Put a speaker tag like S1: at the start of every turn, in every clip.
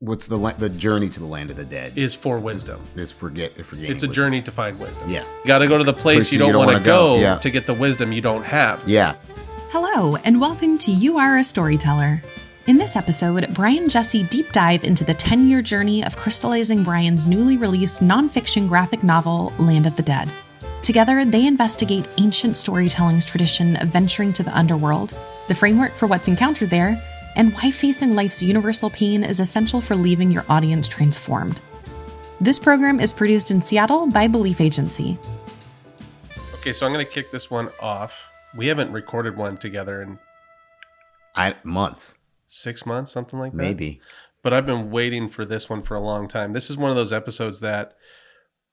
S1: what's the la- the journey to the land of the dead?
S2: is for wisdom.
S1: Is forget forgetting.
S2: It's a
S1: wisdom.
S2: journey to find wisdom.
S1: Yeah.
S2: You got to go to the place you don't, want to
S1: wanna
S2: go,
S1: go, yeah.
S2: to get the wisdom you don't have.
S1: Yeah.
S3: Hello, and welcome to You Are a Storyteller. In this episode, Brian Jesse deep dive into the 10 year journey of crystallizing Brian's newly released nonfiction graphic novel, Land of the Dead. Together, they investigate ancient storytelling's tradition of venturing to the underworld, the framework for what's encountered there, and why facing life's universal pain is essential for leaving your audience transformed. This program is produced in Seattle by Belief Agency.
S2: Okay, so I'm going to kick this one off. We haven't recorded one together in
S1: I months
S2: six months, something like that.
S1: maybe.
S2: But I've been waiting for this one for a long time. This is one of those episodes that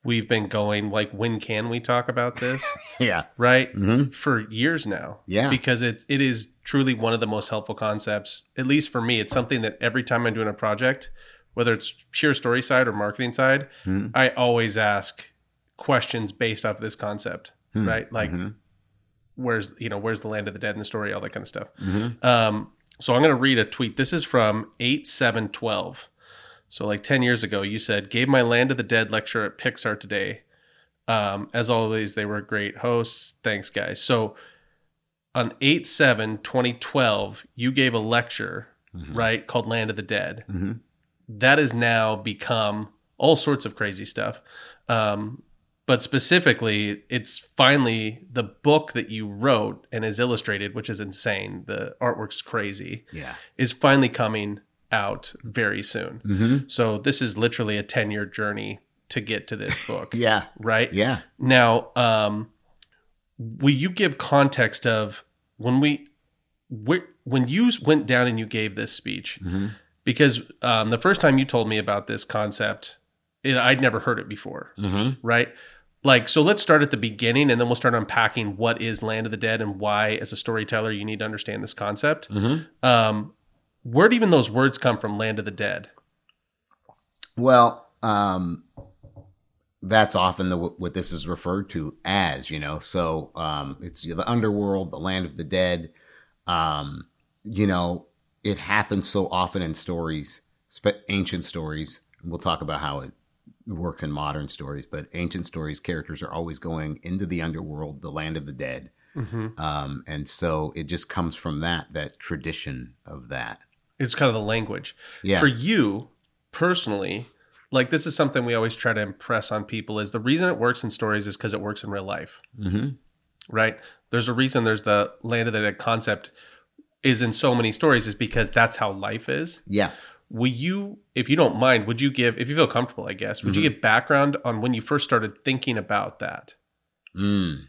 S2: we've been going, like, when can we talk about this?
S1: Yeah.
S2: right?
S1: Mhm.
S2: For years now.
S1: Yeah.
S2: Because it, it is truly one of the most helpful concepts, at least for me. It's something that every time I'm doing a project, whether it's pure story side or marketing side,
S1: Mhm.
S2: I always ask questions based off of this concept,
S1: Hmm.
S2: right? Like,
S1: Mhm.
S2: where's you know where's the land of the dead in the story all that kind of stuff
S1: Mhm.
S2: um so i'm going to read a tweet this is from 8712 so like 10 years ago you said gave my land of the dead lecture at pixar today um as always they were great hosts thanks guys so on 8 7 2012 you gave a lecture
S1: Mhm.
S2: right Mm-hmm. called land of the dead
S1: Mhm.
S2: that has now become all sorts of crazy stuff. Um, but specifically, it's finally the book that you wrote and is illustrated, which is insane. The artwork's crazy,
S1: Yeah.
S2: is finally coming out very soon.
S1: Mhm.
S2: So, this is literally a 10 year journey to get to this book,
S1: Yeah.
S2: right?
S1: Yeah.
S2: Now, um, will you give context of when we, wh- when you went down and you gave this speech,
S1: Mhm.
S2: because um, the first time you told me about this concept, it, I'd never heard it before,
S1: Mhm.
S2: right? Like, so let's start at the beginning and then we'll start unpacking what is Land of the Dead and why, as a storyteller, you need to understand this concept.
S1: Mhm.
S2: Um, where do even those words come from, Land of the Dead?
S1: Well, um, that's often the what this is referred to as. You know, so um, it's the underworld, the land of the dead. Um, you know, it happens so often in stories, spe- ancient stories. and We'll talk about how it works in modern stories, but ancient stories, characters are always going into the underworld, the land of the dead.
S2: Mm-hmm.
S1: Um, and so it just comes from that, that tradition of that.
S2: It's kind of the language.
S1: Yeah.
S2: For you personally, like, this is something we always try to impress on people is the reason it works in stories is because it works in real life.
S1: mm-hmm.
S2: right? There's a reason there's the land of the dead concept is in so many stories is because that's how life is.
S1: Yeah.
S2: Will you, if you don't mind, would you give, if you feel comfortable, I guess, would you
S1: Mm-hmm.
S2: give background on when you first started thinking about that?
S1: Mm.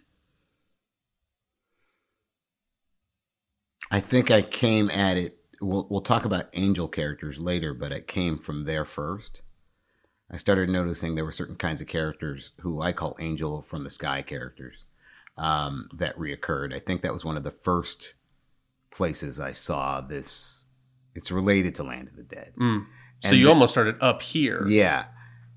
S1: I think I came at it. We'll we'll talk about angel characters later, but it came from there first. I started noticing there were certain kinds of characters who I call angel from the sky characters um, that reoccurred. I think that was one of the first places I saw this. It's related to Land of the Dead.
S2: Mm. So
S1: And
S2: you
S1: the-
S2: almost started up here
S1: Yeah,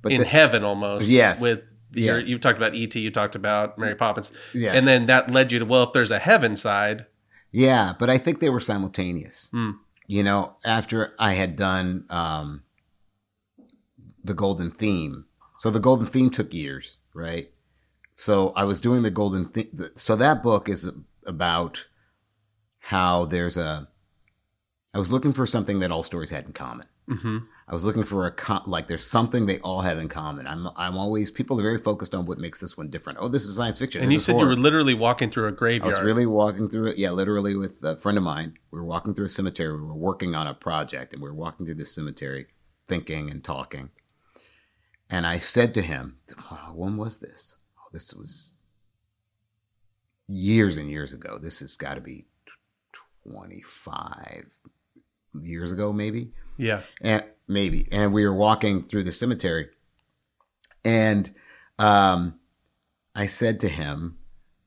S1: but
S2: in
S1: the-
S2: heaven almost.
S1: Yes.
S2: With
S1: Yeah.
S2: your, you talked about E.T., you talked about Mary Poppins.
S1: yeah,
S2: And then that led you to, well, if there's a heaven side,
S1: Yeah, but I think they were simultaneous.
S2: Hmm.
S1: You know, after I had done um, the Golden Theme, so the Golden Theme took years, right? So I was doing the Golden Theme. So that book is about how there's a. I was looking for something that all stories had in common.
S2: hmm
S1: I was looking for a co like there's something they all have in common. I'm I'm always people are very focused on what makes this one different. Oh, this is science fiction.
S2: and
S1: This
S2: you
S1: is
S2: said you
S1: horror.
S2: were literally walking through a
S1: I
S2: graveyard.
S1: was really walking through it. Yeah, literally with a friend of mine. We were walking through a cemetery. We were working on a project and we were walking through this cemetery, thinking and talking. And I said to him, oh, when was this? Oh, this was years and years ago. This has got to be 25 years ago, maybe
S2: yeah.
S1: and maybe and we were walking through the cemetery and um i said to him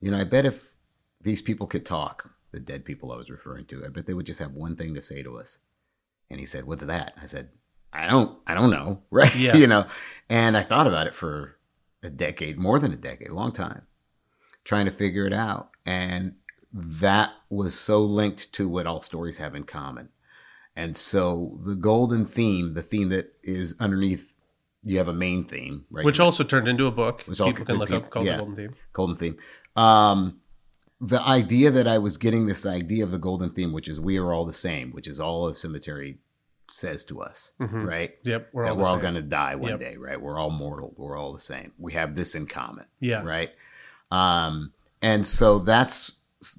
S1: you know i bet if these people could talk the dead people i was referring to i bet they would just have one thing to say to us and he said what's that i said i don't i don't know right
S2: Yeah.
S1: you know and i thought about it for a decade more than a decade a long time trying to figure it out and that was so linked to what all stories have in common And so the golden theme, the theme that is underneath, you have a main theme, right?
S2: which also turned into a book.
S1: Which all
S2: People can look
S1: could be-
S2: up called
S1: yeah.
S2: the Golden Theme.
S1: golden theme. Um, the idea that I was getting this idea of the golden theme, which is we are all the same, which is all a cemetery says to us,
S2: Mhm.
S1: right?
S2: Yep, we're all,
S1: that
S2: the
S1: we're all
S2: same.
S1: going to die one
S2: Yep.
S1: day, right? We're all mortal. We're all the same. We have this in common,
S2: yeah.
S1: right? Um, and so that's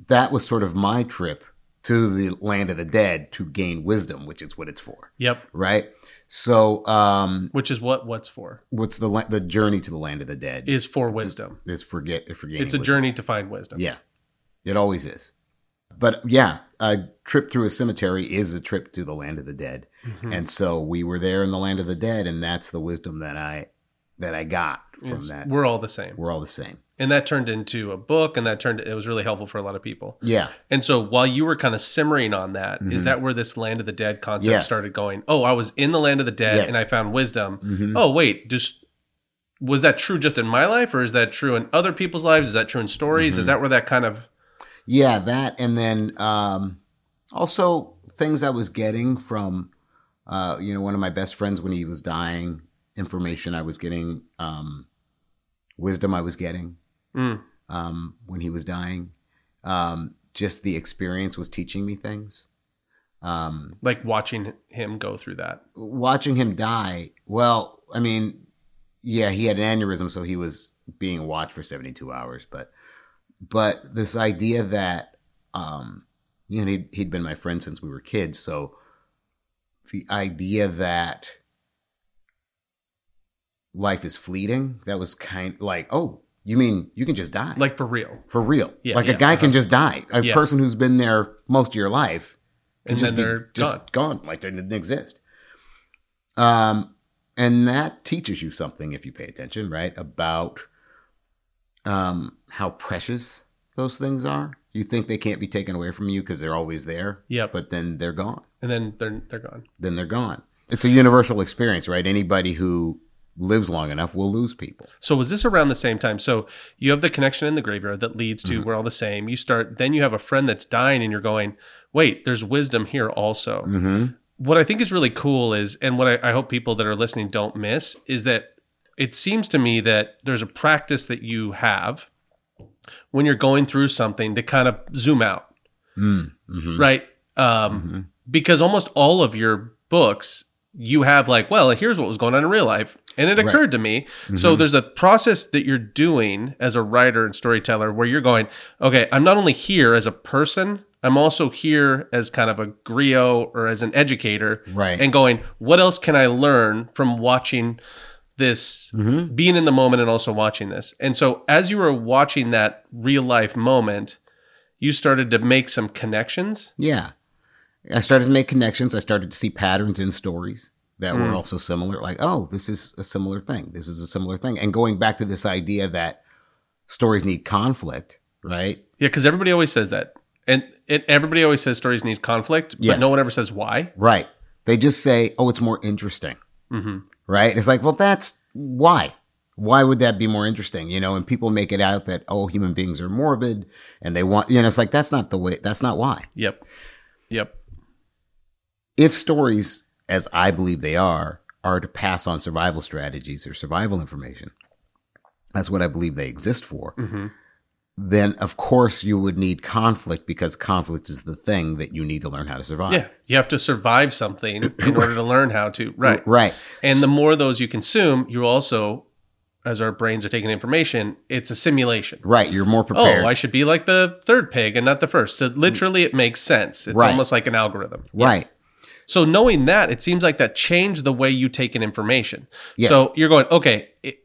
S1: that was sort of my trip to the land of the dead to gain wisdom, which is what it's for,
S2: Yep,
S1: right? So, um,
S2: which is what what's for
S1: what's the la- the journey to the land of the dead?
S2: is for wisdom.
S1: is forget forgetting.
S2: It's a
S1: wisdom.
S2: journey to find wisdom.
S1: Yeah, it always is. But yeah, a trip through a cemetery is a trip to the land of the dead,
S2: Mhm.
S1: and so we were there in the land of the dead, and that's the wisdom that I that I got from
S2: Yes,
S1: that. We're,
S2: We're all the same.
S1: all the same.
S2: and that turned into a book and that turned it was really helpful for a lot of people
S1: Yeah,
S2: and so while you were kind of simmering on that, is
S1: Mhm.
S2: that where this land of the dead concept
S1: Yes.
S2: started going oh i was in the land of the dead
S1: Yes.
S2: and i found wisdom
S1: Mhm.
S2: oh wait just was that true just in my life or is that true in other people's lives is that true in stories
S1: Mhm.
S2: is that where that kind of
S1: yeah, that, and then um, also things I was getting from, uh, you know, one of my best friends when he was dying. Information I was getting, um, wisdom I was getting.
S2: mm,
S1: um, when he was dying. Um, just the experience was teaching me things. Um,
S2: like watching him go through that
S1: watching him die, well, I mean, yeah, he had an aneurysm, so he was being watched for 72 hours. But, but this idea that, um, you know, he'd, he'd been my friend since we were kids. So the idea that life is fleeting, that was kind like, oh, you mean you can just die?
S2: like for real
S1: for real.
S2: Yeah,
S1: like
S2: yeah, uh-huh.
S1: a guy can just die. A
S2: Yeah.
S1: person who's been there most of your life can
S2: And
S1: just be
S2: then they're
S1: just gone. like they didn't exist. Um, and that teaches you something if you pay attention, right? About um how precious those things are. You think they can't be taken away from you because they're always there,
S2: yep
S1: but then they're gone.
S2: and then they're they're gone
S1: Then they're gone. It's a universal experience, right? Anybody who lives long enough will lose people.
S2: So was this around the same time? So you have the connection in the graveyard that leads
S1: Mm-hmm.
S2: to we're all the same. You start then you have a friend that's dying and you're going, wait, there's wisdom here also.
S1: Mm-hmm.
S2: What I think is really cool is, and what I, I hope people that are listening don't miss, is that it seems to me that there's a practice that you have when you're going through something to kind of zoom out,
S1: Mm-hmm.
S2: right? Um,
S1: Mhm.
S2: Because almost all of your books, you have like, well, here's what was going on in real life. And it
S1: Right. Mm-hmm.
S2: occurred to me. So there's a process that you're doing as a writer and storyteller where you're going, okay, I'm not only here as a person, I'm also here as kind of a griot or as an educator
S1: right.
S2: and going, what else can I learn from watching this,
S1: mm-hmm.
S2: being in the moment and also watching this? And so as you were watching that real life moment, you started to make some connections.
S1: Yeah. I started to make connections. I started to see patterns in stories that were
S2: Mm.
S1: also similar. Like, oh, this is a similar thing. This is a similar thing. And going back to this idea that stories need conflict, right?
S2: Yeah, because everybody always says that. And it, everybody always says stories need conflict, but
S1: Yes.
S2: no one ever says why.
S1: Right. They just say, oh, it's more interesting,
S2: hmm
S1: right? It's like, well, that's why. Why would that be more interesting? You know, and people make it out that, oh, human beings are morbid and they want, you know, it's like, that's not the way, that's not why.
S2: Yep. Yep.
S1: if stories, as I believe they are, are to pass on survival strategies or survival information, that's what I believe they exist for,
S2: hmm
S1: then of course you would need conflict because conflict is the thing that you need to learn how to survive.
S2: Yeah, you have to survive something in order to learn how to. Right.
S1: Right.
S2: And the more of those you consume, you also, as our brains are taking information, it's a simulation.
S1: Right. You're more
S2: Oh,
S1: prepared.
S2: I should be like the third pig and not the first. So literally, it makes sense. It's
S1: Right.
S2: almost like an algorithm.
S1: right.
S2: So knowing that, it seems like that changed the way you take in information.
S1: Yes.
S2: So you're going, okay, it,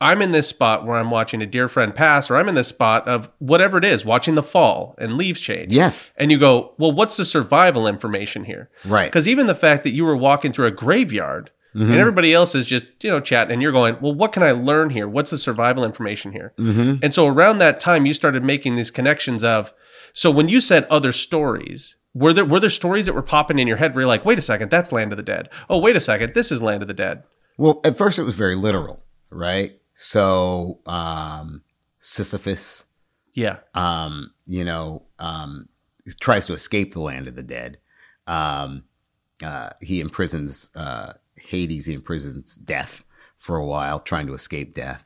S2: I'm in this spot where I'm watching a dear friend pass, or I'm in this spot of whatever it is, watching the fall and leaves change.
S1: Yes.
S2: And you go, well, what's the survival information here?
S1: Right.
S2: Because even the fact that you were walking through a graveyard and everybody else is just, you know, chatting and you're going, well, what can I learn here? What's the survival information here?
S1: Mm-hmm.
S2: And so around that time, you started making these connections of, so when you said other stories, were there, were there stories that were popping in your head where you're like, wait a second, that's Land of the Dead. Oh, wait a second, this is Land of the Dead.
S1: Well, at first it was very literal, right? So um Sisyphus
S2: Yeah.
S1: um, you know, um, tries to escape the land of the dead. Um, uh, he imprisons uh, Hades. He imprisons Death for a while, trying to escape Death.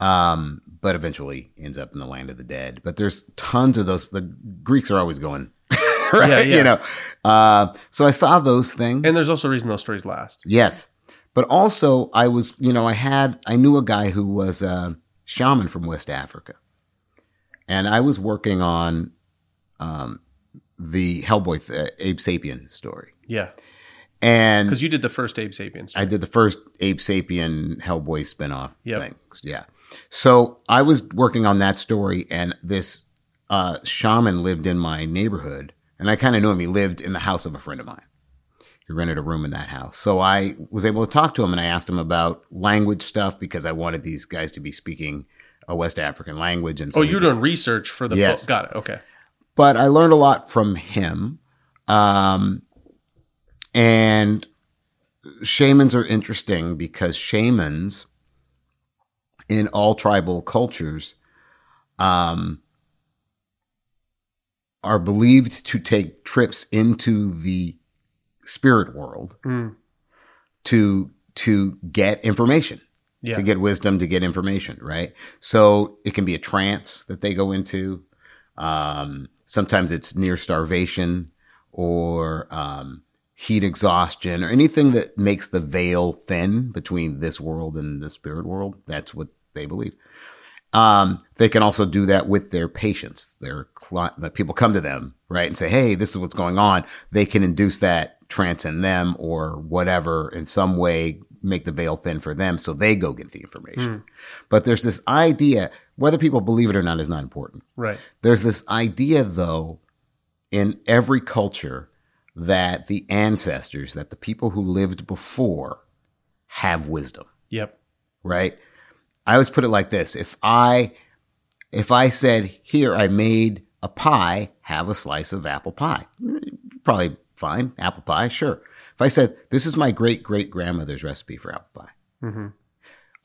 S1: Um, but eventually ends up in the land of the dead. But there's tons of those. The Greeks are always going, right?
S2: Yeah, yeah.
S1: You know. Uh, so I saw those things.
S2: And there's also a reason those stories last.
S1: Yes. But also, I was, you know, I had, I knew a guy who was a shaman from West Africa. And I was working on um, the Hellboy, th- Abe Sapien story.
S2: Yeah.
S1: And
S2: Because you did the first Abe Sapien story.
S1: I did the first Abe Sapien Hellboy spinoff
S2: Yep.
S1: thing. Yeah. So I was working on that story, and this uh, shaman lived in my neighborhood, and I kind of knew him. He lived in the house of a friend of mine. He rented a room in that house. So I was able to talk to him, and I asked him about language stuff because I wanted these guys to be speaking a West African language. And so
S2: oh,
S1: we
S2: you were doing research for the
S1: Yes.
S2: book. Got it. Okay.
S1: but I learned a lot from him. Um, and shamans are interesting because shamans in all tribal cultures um, are believed to take trips into the spirit world
S2: Mm.
S1: to to get information
S2: Yeah.
S1: to get wisdom, to get information, right? So it can be a trance that they go into. Um, sometimes it's near starvation or um, heat exhaustion or anything that makes the veil thin between this world and the spirit world. That's what they believe. Um, they can also do that with their patients. Their cli- the people come to them, right, and say, "Hey, this is what's going on." They can induce that trance in them or whatever in some way, make the veil thin for them, so they go get the information. But there's this idea, whether people believe it or not, is not important.
S2: right.
S1: There's this idea, though, in every culture that the ancestors, that the people who lived before, have wisdom
S2: Yep.
S1: right? I always put it like this: if I if I said, "Here, I made a pie. Have a slice of apple pie," probably fine. Apple pie, sure. If I said, "This is my great great grandmother's recipe for apple pie,"
S2: Mm-hmm.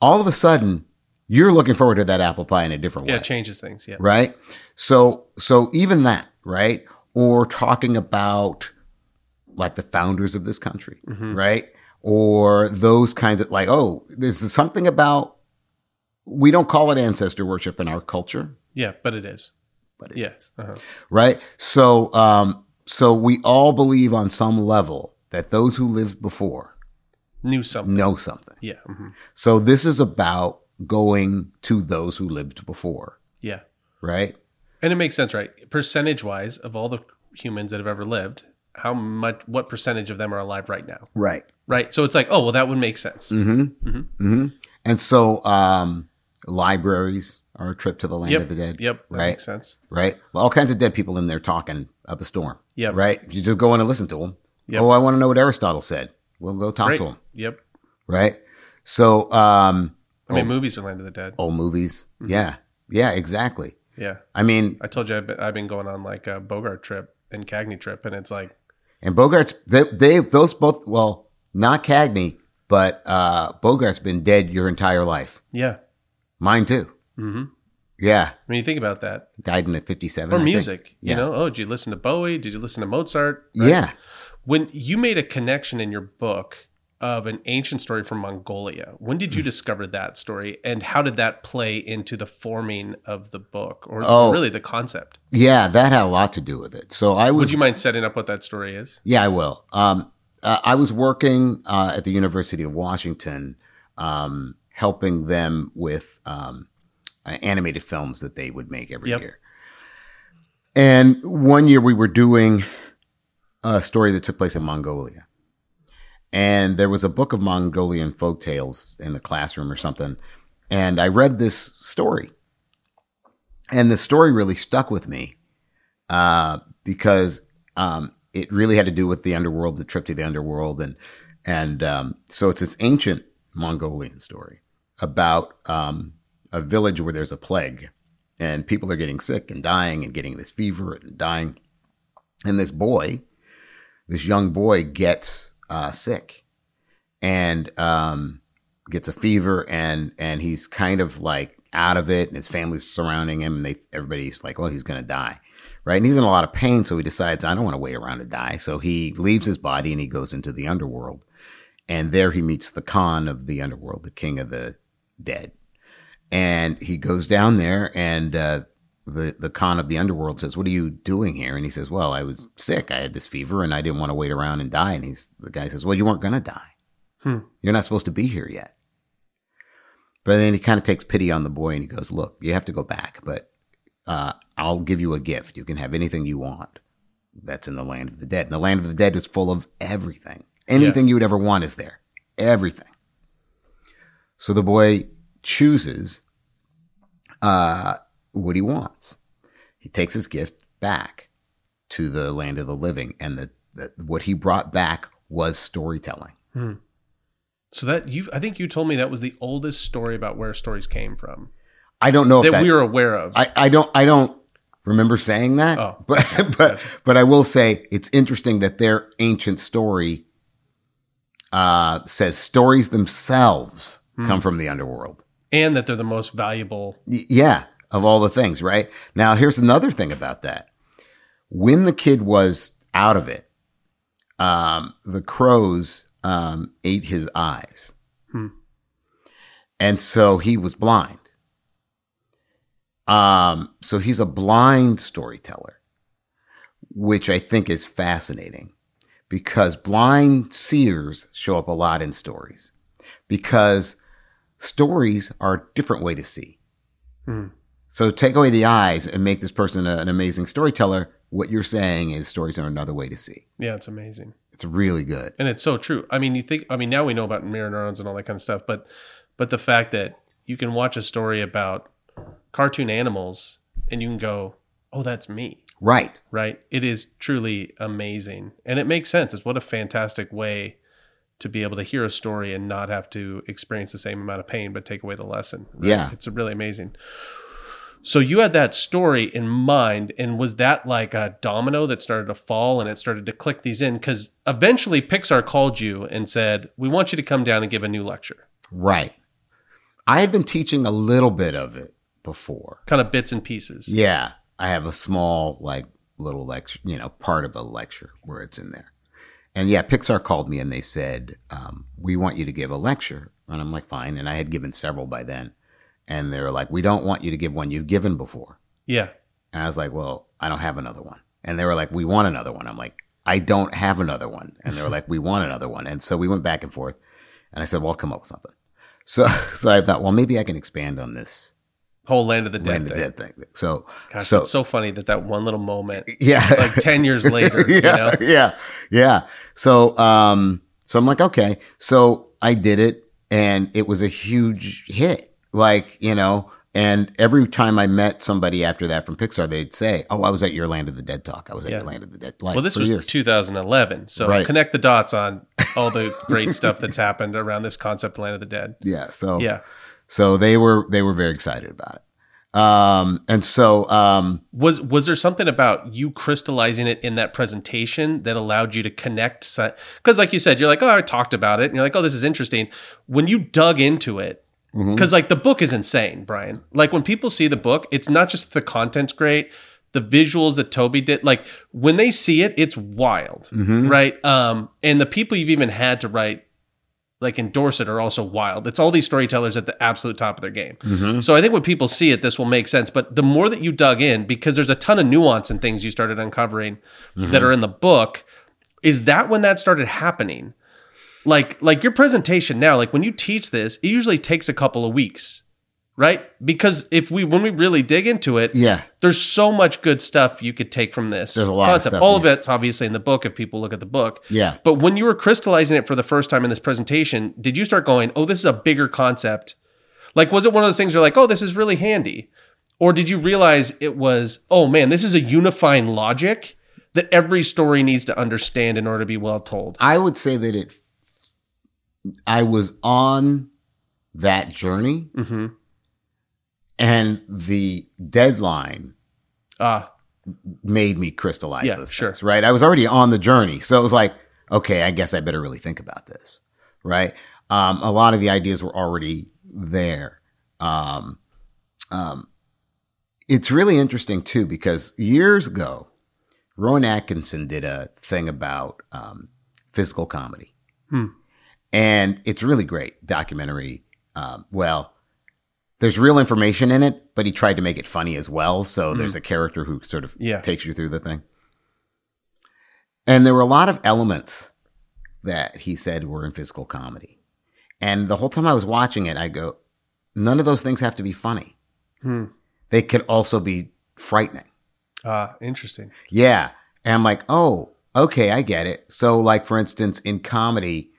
S1: all of a sudden you're looking forward to that apple pie in a different
S2: Yeah.
S1: way
S2: It changes things. Yeah.
S1: right so so even that right or talking about like the founders of this country right or those kinds of like oh there's something about we don't call it ancestor worship in our culture
S2: Yeah. But it is.
S1: but it,
S2: Yes. Uh-huh.
S1: right so um so we all believe on some level that those who lived before
S2: Knew something.
S1: know something
S2: Yeah. hmm
S1: so this is about going to those who lived before
S2: Yeah.
S1: right
S2: And it makes sense, right? Percentage wise, of all the humans that have ever lived, how much, what percentage of them are alive right now?
S1: right
S2: Right. So it's like, oh, well, that would make sense.
S1: Mm-hmm.
S2: Mhm.
S1: Mm-hmm. And so, um, libraries are a trip to the land
S2: Yep.
S1: of the dead.
S2: Yep. That
S1: Right.
S2: makes sense.
S1: Right. All kinds of dead people in there talking up a storm.
S2: Yep.
S1: Right. You just go in and listen to them.
S2: Yep.
S1: Oh, I want to know what Aristotle said. We'll go talk
S2: Right.
S1: to him.
S2: Yep.
S1: Right. So, um,
S2: I mean, movies are Land of the Dead.
S1: old movies.
S2: Mm-hmm.
S1: Yeah. Yeah. Exactly.
S2: Yeah.
S1: I mean,
S2: I told you I've been, I've been going on like a Bogart trip and Cagney trip, and it's like,
S1: and Bogart's they, they those both well not Cagney but uh, Bogart's been dead your entire life.
S2: yeah.
S1: Mine too.
S2: hmm
S1: Yeah.
S2: I mean, you think about that.
S1: Died in at fifty seven.
S2: Or music,
S1: Yeah.
S2: you know? Oh, did you listen to Bowie? Did you listen to Mozart?
S1: Yeah.
S2: When you made a connection in your book of an ancient story from Mongolia, when did
S1: Hmm.
S2: you discover that story, and how did that play into the forming of the book, or
S1: Oh.
S2: really the concept?
S1: Yeah, that had a lot to do with it. So I was,
S2: Would you mind setting up what that story is?
S1: yeah, I will. Um, uh, I was working uh, at the University of Washington, um, helping them with um, uh, animated films that they would make every
S2: Yep.
S1: year. And one year we were doing a story that took place in Mongolia. And there was a book of Mongolian folk tales in the classroom or something. And I read this story. And the story really stuck with me uh, because um, it really had to do with the underworld, the trip to the underworld. And, and um, so it's this ancient Mongolian story about um, a village where there's a plague and people are getting sick and dying and getting this fever and dying. And this boy, this young boy, gets uh, sick and um, gets a fever and and "Oh, he's kind of like out of it and his family's surrounding him and they everybody's like, well, he's gonna die. right? And he's in a lot of pain, so he decides, I don't want to wait around to die. So he leaves his body and he goes into the underworld. And there he meets the Khan of the underworld, the king of the dead. And he goes down there, and uh, the, the Khan of the underworld says, What are you doing here? And he says, Well, I was sick. I had this fever and I didn't want to wait around and die. And he's, the guy says, Well, you weren't going to die.
S2: Hmm.
S1: You're not supposed to be here yet. But then he kind of takes pity on the boy and he goes, Look, you have to go back, but uh, I'll give you a gift. You can have anything you want that's in the land of the dead. And the land of the dead is full of everything. Anything you would ever want is there. Everything. So the boy chooses uh, what he wants. He takes his gift back to the land of the living, and the, the what he brought back was storytelling.
S2: So that you, I think you told me that was the oldest story about where stories came from
S1: I don't know if
S2: that
S1: Oh, that,
S2: we are aware of.
S1: I, I don't I don't remember saying that.
S2: Oh.
S1: but but but I will say it's interesting that their ancient story uh, says stories themselves
S2: Hmm.
S1: come from the underworld.
S2: and that they're the most valuable.
S1: Y- yeah, of all the things, right? Now here's another thing about that. When the kid was out of it, um, the crows um, ate his eyes,
S2: Hmm.
S1: and so he was blind. Um, so he's a blind storyteller, which I think is fascinating because blind seers show up a lot in stories because stories are a different way to see.
S2: Hmm.
S1: So take away the eyes and make this person a- an amazing storyteller. What you're saying is stories are another way to see.
S2: Yeah, it's amazing.
S1: It's really good.
S2: and it's so true. I mean, you think I mean now we know about mirror neurons and all that kind of stuff, but but the fact that you can watch a story about cartoon animals and you can go, "Oh, that's me."
S1: Right.
S2: Right? It is truly amazing. And it makes sense. It's what a fantastic way to be able to hear a story and not have to experience the same amount of pain but take away the lesson. right?
S1: Yeah.
S2: It's really amazing. So you had that story in mind, and was that like a domino that started to fall and it started to click these in? Because eventually Pixar called you and said, "We want you to come down and give a new lecture,
S1: Right. I had been teaching a little bit of it before.
S2: kind of bits and pieces."
S1: Yeah. I have a small, like, little lecture, you know, part of a lecture where it's in there. And yeah, Pixar called me and they said, um, We want you to give a lecture. And I'm like, Fine. And I had given several by then. And they were like, We don't want you to give one you've given before.
S2: Yeah.
S1: And I was like, well, I don't have another one. And they were like, we want another one. I'm like, I don't have another one. And they were like, we want another one. And so we went back and forth. And I said, well, I'll come up with something. So, so I thought, well, maybe I can expand on this
S2: Whole land of the dead
S1: land of
S2: thing.
S1: dead thing. So,
S2: Gosh,
S1: so
S2: it's so funny that that one little moment,
S1: yeah,
S2: like ten years later,
S1: yeah,
S2: you know,
S1: yeah, yeah. So, um, so I'm like, okay. So I did it, and it was a huge hit. Like, you know, and every time I met somebody after that from Pixar, they'd say, "Oh, I was at your Land of the Dead talk. I was at
S2: Yeah.
S1: your Land of the Dead." Like,
S2: well, this
S1: for
S2: was
S1: years.
S2: 2011. So
S1: Right.
S2: connect the dots on all the great stuff that's happened around this concept, Land of the Dead.
S1: yeah. So
S2: Yeah.
S1: so they were they were very excited about it. Um, and so um,
S2: Was was there something about you crystallizing it in that presentation that allowed you to connect? Because, like you said, you're like, oh, I talked about it, and you're like, oh, this is interesting. When you dug into it,
S1: mhm.
S2: because like the book is insane, Brian. Like when people see the book, it's not just the content's great, the visuals that Toby did. Like when they see it, it's wild,
S1: Mhm.
S2: right? Um, and the people you've even had to write, like endorse it, are also wild. It's all these storytellers at the absolute top of their game.
S1: Mhm.
S2: So I think when people see it, this will make sense. But the more that you dug in, because there's a ton of nuance and things you started uncovering that are in the book, is that when that started happening? Like like your presentation now, like when you teach this, it usually takes a couple of weeks, right? Because if we when we really dig into it,
S1: yeah,
S2: there's so much good stuff you could take from this.
S1: There's a lot of stuff,
S2: All
S1: yeah.
S2: of it's obviously in the book if people look at the book.
S1: yeah,
S2: But when you were crystallizing it for the first time in this presentation, did you start going, oh, this is a bigger concept? Like, was it one of those things where, like, oh, this is really handy? Or did you realize it was, oh, man, this is a unifying logic that every story needs to understand in order to be well told?
S1: I would say that it. I was on that journey,
S2: Mm-hmm.
S1: and the deadline
S2: Ah,
S1: made me crystallize
S2: Yeah,
S1: those
S2: sure.
S1: things, right? I was already on the journey, so it was like, okay, I guess I better really think about this, right? Um, a lot of the ideas were already there. Um, um, it's really interesting too because years ago, Rowan Atkinson did a thing about um, physical comedy,
S2: Hmm.
S1: and it's really great documentary. Um, well, there's real information in it, but he tried to make it funny as well. So there's a character who sort of
S2: Hmm. Yeah.
S1: takes you through the thing, and there were a lot of elements that he said were in physical comedy, and the whole time I was watching it, I go, none of those things have to be funny.
S2: Hmm.
S1: They could also be frightening.
S2: Ah, interesting.
S1: Yeah. And I'm like, oh, okay, I get it. So, like, for instance, in comedy,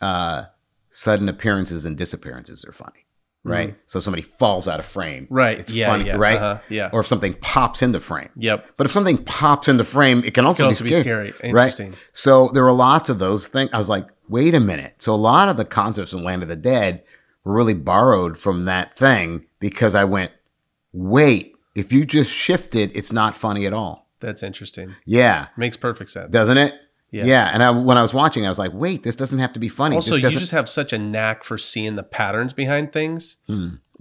S1: uh, sudden appearances and disappearances are funny, right? So, somebody falls out of frame.
S2: Mm-hmm. Right.
S1: It's
S2: yeah.
S1: funny,
S2: yeah.
S1: right?
S2: Uh-huh. Yeah.
S1: Or if something pops into frame.
S2: yep.
S1: But if something pops into frame, it can also,
S2: Could also
S1: be,
S2: be
S1: scary,
S2: scary. Interesting.
S1: Right? So, there were lots of those things. I was like, wait a minute. So, a lot of the concepts in Land of the Dead were really borrowed from that thing because I went, wait, if you just shifted, it's not funny at all.
S2: That's interesting.
S1: Yeah
S2: Makes perfect sense.
S1: doesn't it?
S2: Yeah.
S1: And I, when I was watching, I was like, wait, this doesn't have to be funny.
S2: also,
S1: this
S2: you
S1: doesn't-
S2: just have such a knack for seeing the patterns behind things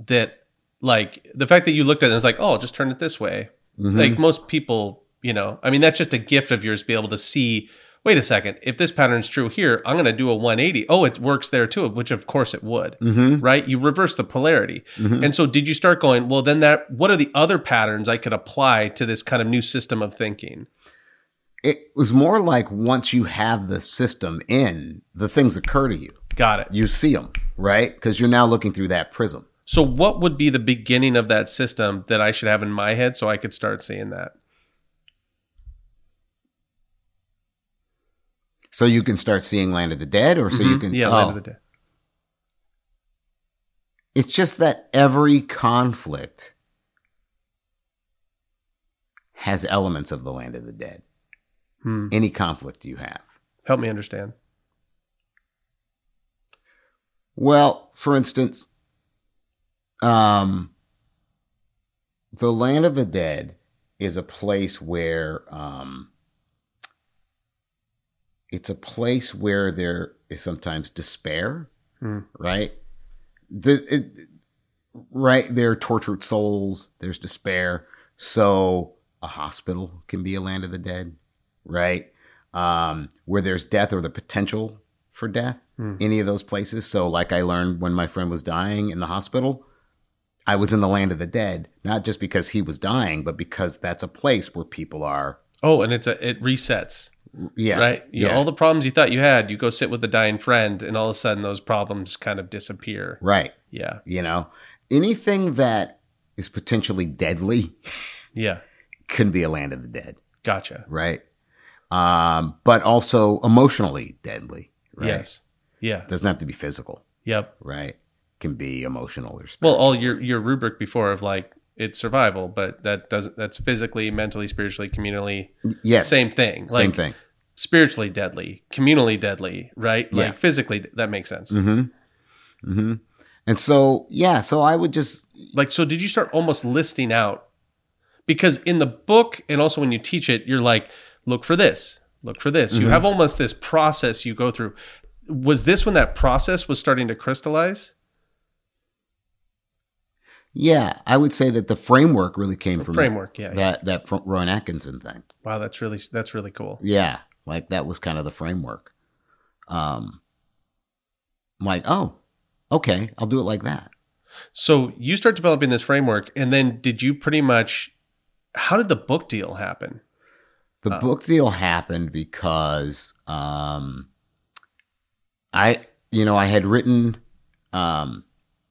S2: that, like, the fact that you looked at it and was like, oh, just turn it this way. Like, most people, you know, I mean, that's just a gift of yours to be able to see. Wait a second. If this pattern's true here, I'm going to do a 180. Oh, it works there too, which of course it would, right? You reverse the polarity. And so, did you start going, well, then that, what are the other patterns I could apply to this kind of new system of thinking?
S1: it was more like once you have the system in, the things occur to you.
S2: Got it.
S1: You see them, right? Because you're now looking through that prism.
S2: So, what would be the beginning of that system that I should have in my head so I could start seeing that?
S1: So you can start seeing Land of the Dead, or so you
S2: Mhm.
S1: can.
S2: yeah,
S1: oh.
S2: Land of the Dead.
S1: It's just that every conflict has elements of the Land of the Dead.
S2: Hmm.
S1: Any conflict you have.
S2: Help me understand.
S1: Well, for instance, um, the land of the dead is a place where um, it's a place where there is sometimes despair,
S2: Hmm.
S1: right? The it, right there are tortured souls. There's despair, so a hospital can be a land of the dead, right? Um, where there's death or the potential for death
S2: Hmm.
S1: any of those places. So, like I learned when my friend was dying in the hospital, I was in the land of the dead, not just because he was dying, but because that's a place where people are.
S2: Oh, and it's a it resets,
S1: Yeah.
S2: right? You
S1: Yeah.
S2: all the problems you thought you had, you go sit with a dying friend, and all of a sudden those problems kind of disappear.
S1: right.
S2: Yeah,
S1: You know, anything that is potentially deadly
S2: yeah,
S1: can be a land of the dead,
S2: gotcha.
S1: right? Um, but also emotionally deadly, right?
S2: Yes, yeah,
S1: Doesn't have to be physical,
S2: yep.
S1: right? Can be emotional or spiritual.
S2: Well, all your your rubric before of like it's survival, but that doesn't that's physically, mentally, spiritually, communally,
S1: yes,
S2: same thing.
S1: same
S2: Like,
S1: thing.
S2: spiritually deadly, communally deadly, right? Like
S1: Yeah.
S2: physically, that makes sense.
S1: Mm-hmm. Mm-hmm. And so, yeah, so I would just
S2: Like, so did you start almost listing out? Because in the book and also when you teach it, you're like, look for this, look for this.
S1: Mm-hmm.
S2: You have almost this process you go through. Was this when that process was starting to crystallize?
S1: Yeah, I would say that the framework really came from
S2: Framework, yeah, yeah.
S1: that that fr- Rowan Atkinson thing.
S2: Wow, that's really that's really cool.
S1: Yeah, like that was kind of the framework. Um, like oh, okay, I'll do it like that.
S2: So you start developing this framework, and then did you pretty much? How did the book deal happen?
S1: The
S2: Oh.
S1: book deal happened because um, I you know I had written um,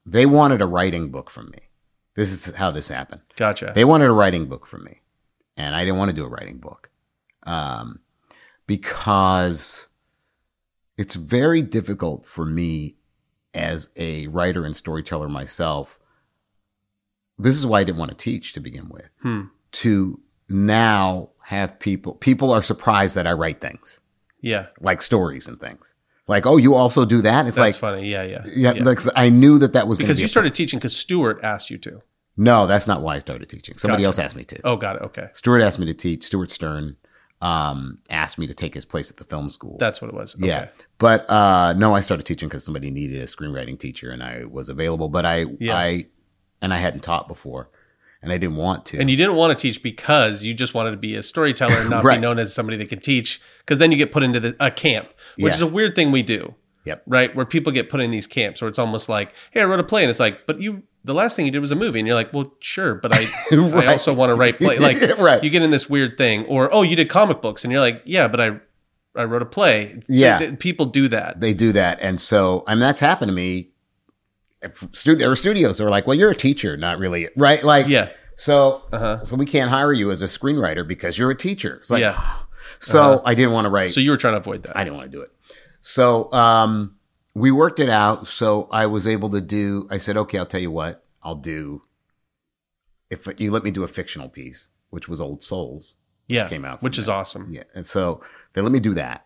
S1: they wanted a writing book from me. This is how this happened.
S2: Gotcha.
S1: They wanted a writing book from me, and I didn't want to do a writing book um, because it's very difficult for me as a writer and storyteller myself. This is why I didn't want to teach to begin with.
S2: Hmm.
S1: To now have people, people are surprised that I write things
S2: Yeah,
S1: like stories and things. Like, oh, you also do that? It's like,
S2: that's funny. Yeah, yeah,
S1: yeah, like I knew that that was going to
S2: because
S1: be.
S2: you
S1: a-
S2: started teaching because Stuart asked you to.
S1: no, that's not why I started teaching. Somebody
S2: Gotcha.
S1: else asked me to.
S2: Oh, got it. Okay,
S1: Stewart asked me to teach. Stuart Stern um, asked me to take his place at the film school.
S2: that's what it was.
S1: yeah,
S2: Okay.
S1: but uh, no, I started teaching because somebody needed a screenwriting teacher, and I was available. But I,
S2: Yeah.
S1: I, and I hadn't taught before, and I didn't want to.
S2: And you didn't want to teach because you just wanted to be a storyteller and not
S1: Right.
S2: be known as somebody that can teach. Because then you get put into the, a camp, which
S1: Yeah.
S2: is a weird thing we do.
S1: Yep.
S2: Right? Where people get put in these camps where it's almost like, hey, I wrote a play. And it's like, but you, the last thing you did was a movie. And you're like, well, sure, but I,
S1: Right.
S2: I also want to write play. Like,
S1: right.
S2: you get in this weird thing. Or, oh, you did comic books. And you're like, yeah, but I, I wrote a play.
S1: Yeah.
S2: Th- th- People do that.
S1: they do that. And so, I mean, that's happened to me. If stu- there were studios that were like, well, you're a teacher, not really, right? Like,
S2: Yeah.
S1: so,
S2: Uh huh.
S1: so we can't hire you as a screenwriter because you're a teacher. It's like,
S2: Yeah. Uh-huh.
S1: so I didn't want to write.
S2: So you were trying to avoid that.
S1: I didn't want to do it. So um, we worked it out. So I was able to do. I said, okay, I'll tell you what. I'll do. If you let me do a fictional piece, which was Old Souls,
S2: yeah.
S1: came out from
S2: which is awesome.
S1: yeah, and so they let me do that,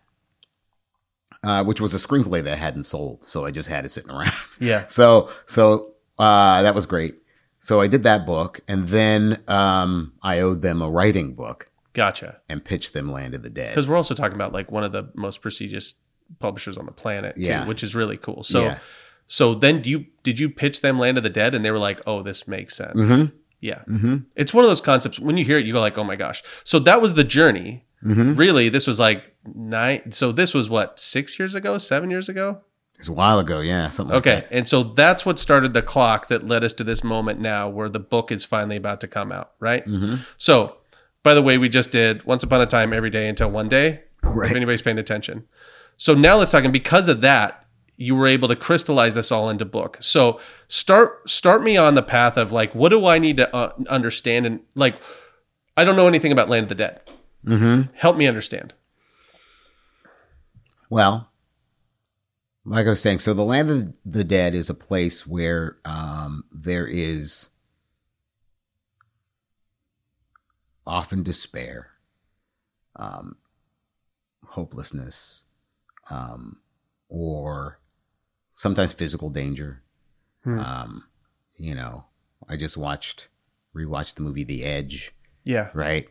S1: uh, which was a screenplay that I hadn't sold, so I just had it sitting around.
S2: Yeah.
S1: so so uh, that was great. So I did that book, and then um, I owed them a writing book
S2: Gotcha.
S1: and pitched them Land of the Dead.
S2: because we're also talking about like one of the most prestigious publishers on the planet
S1: Yeah.
S2: too, which is really cool. So
S1: Yeah.
S2: so then do you did you pitch them Land of the Dead and they were like, "Oh, this makes sense."
S1: Mm-hmm.
S2: Yeah.
S1: Mm-hmm.
S2: It's one of those concepts when you hear it you go like, "Oh my gosh." So that was the journey.
S1: Mm-hmm.
S2: Really, this was like 9 so this was what 6 years ago, 7 years ago?
S1: It's a while ago, yeah. Something like
S2: Okay.
S1: that.
S2: And so that's what started the clock that led us to this moment now where the book is finally about to come out, right?
S1: Mm-hmm.
S2: So, by the way, we just did Once Upon a Time Every Day until one day. if
S1: Right.
S2: anybody's paying attention. So now let's talk. And because of that, you were able to crystallize this all into book. So start start me on the path of like, what do I need to uh, understand? And like, I don't know anything about Land of the Dead.
S1: Mm-hmm.
S2: Help me understand.
S1: Well, like I was saying, so the land of the dead is a place where um, there is often despair, um, hopelessness, um, or sometimes physical danger.
S2: Hmm.
S1: Um, you know, I just watched rewatched the movie The Edge,
S2: Yeah.
S1: right?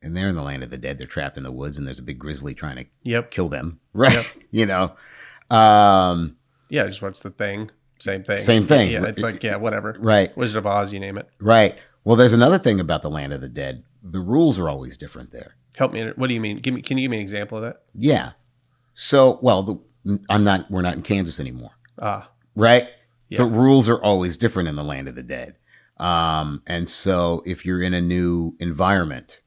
S1: And they're in the land of the dead. They're trapped in the woods, and there's a big grizzly trying to
S2: Yep.
S1: kill them, right? you know, um,
S2: Yeah. I just watched the thing. Same thing.
S1: Same thing.
S2: Yeah. It's like yeah, whatever.
S1: right,
S2: Wizard of Oz. You name it.
S1: right. Well, there's another thing about the land of the dead. The rules are always different there.
S2: Help me. What do you mean? Give me. Can you give me an example of that?
S1: Yeah. So, well, the, I'm not. We're not in Kansas anymore,
S2: Ah.
S1: right?
S2: Yeah.
S1: The rules are always different in the land of the dead. Um, and so, if you're in a new environment,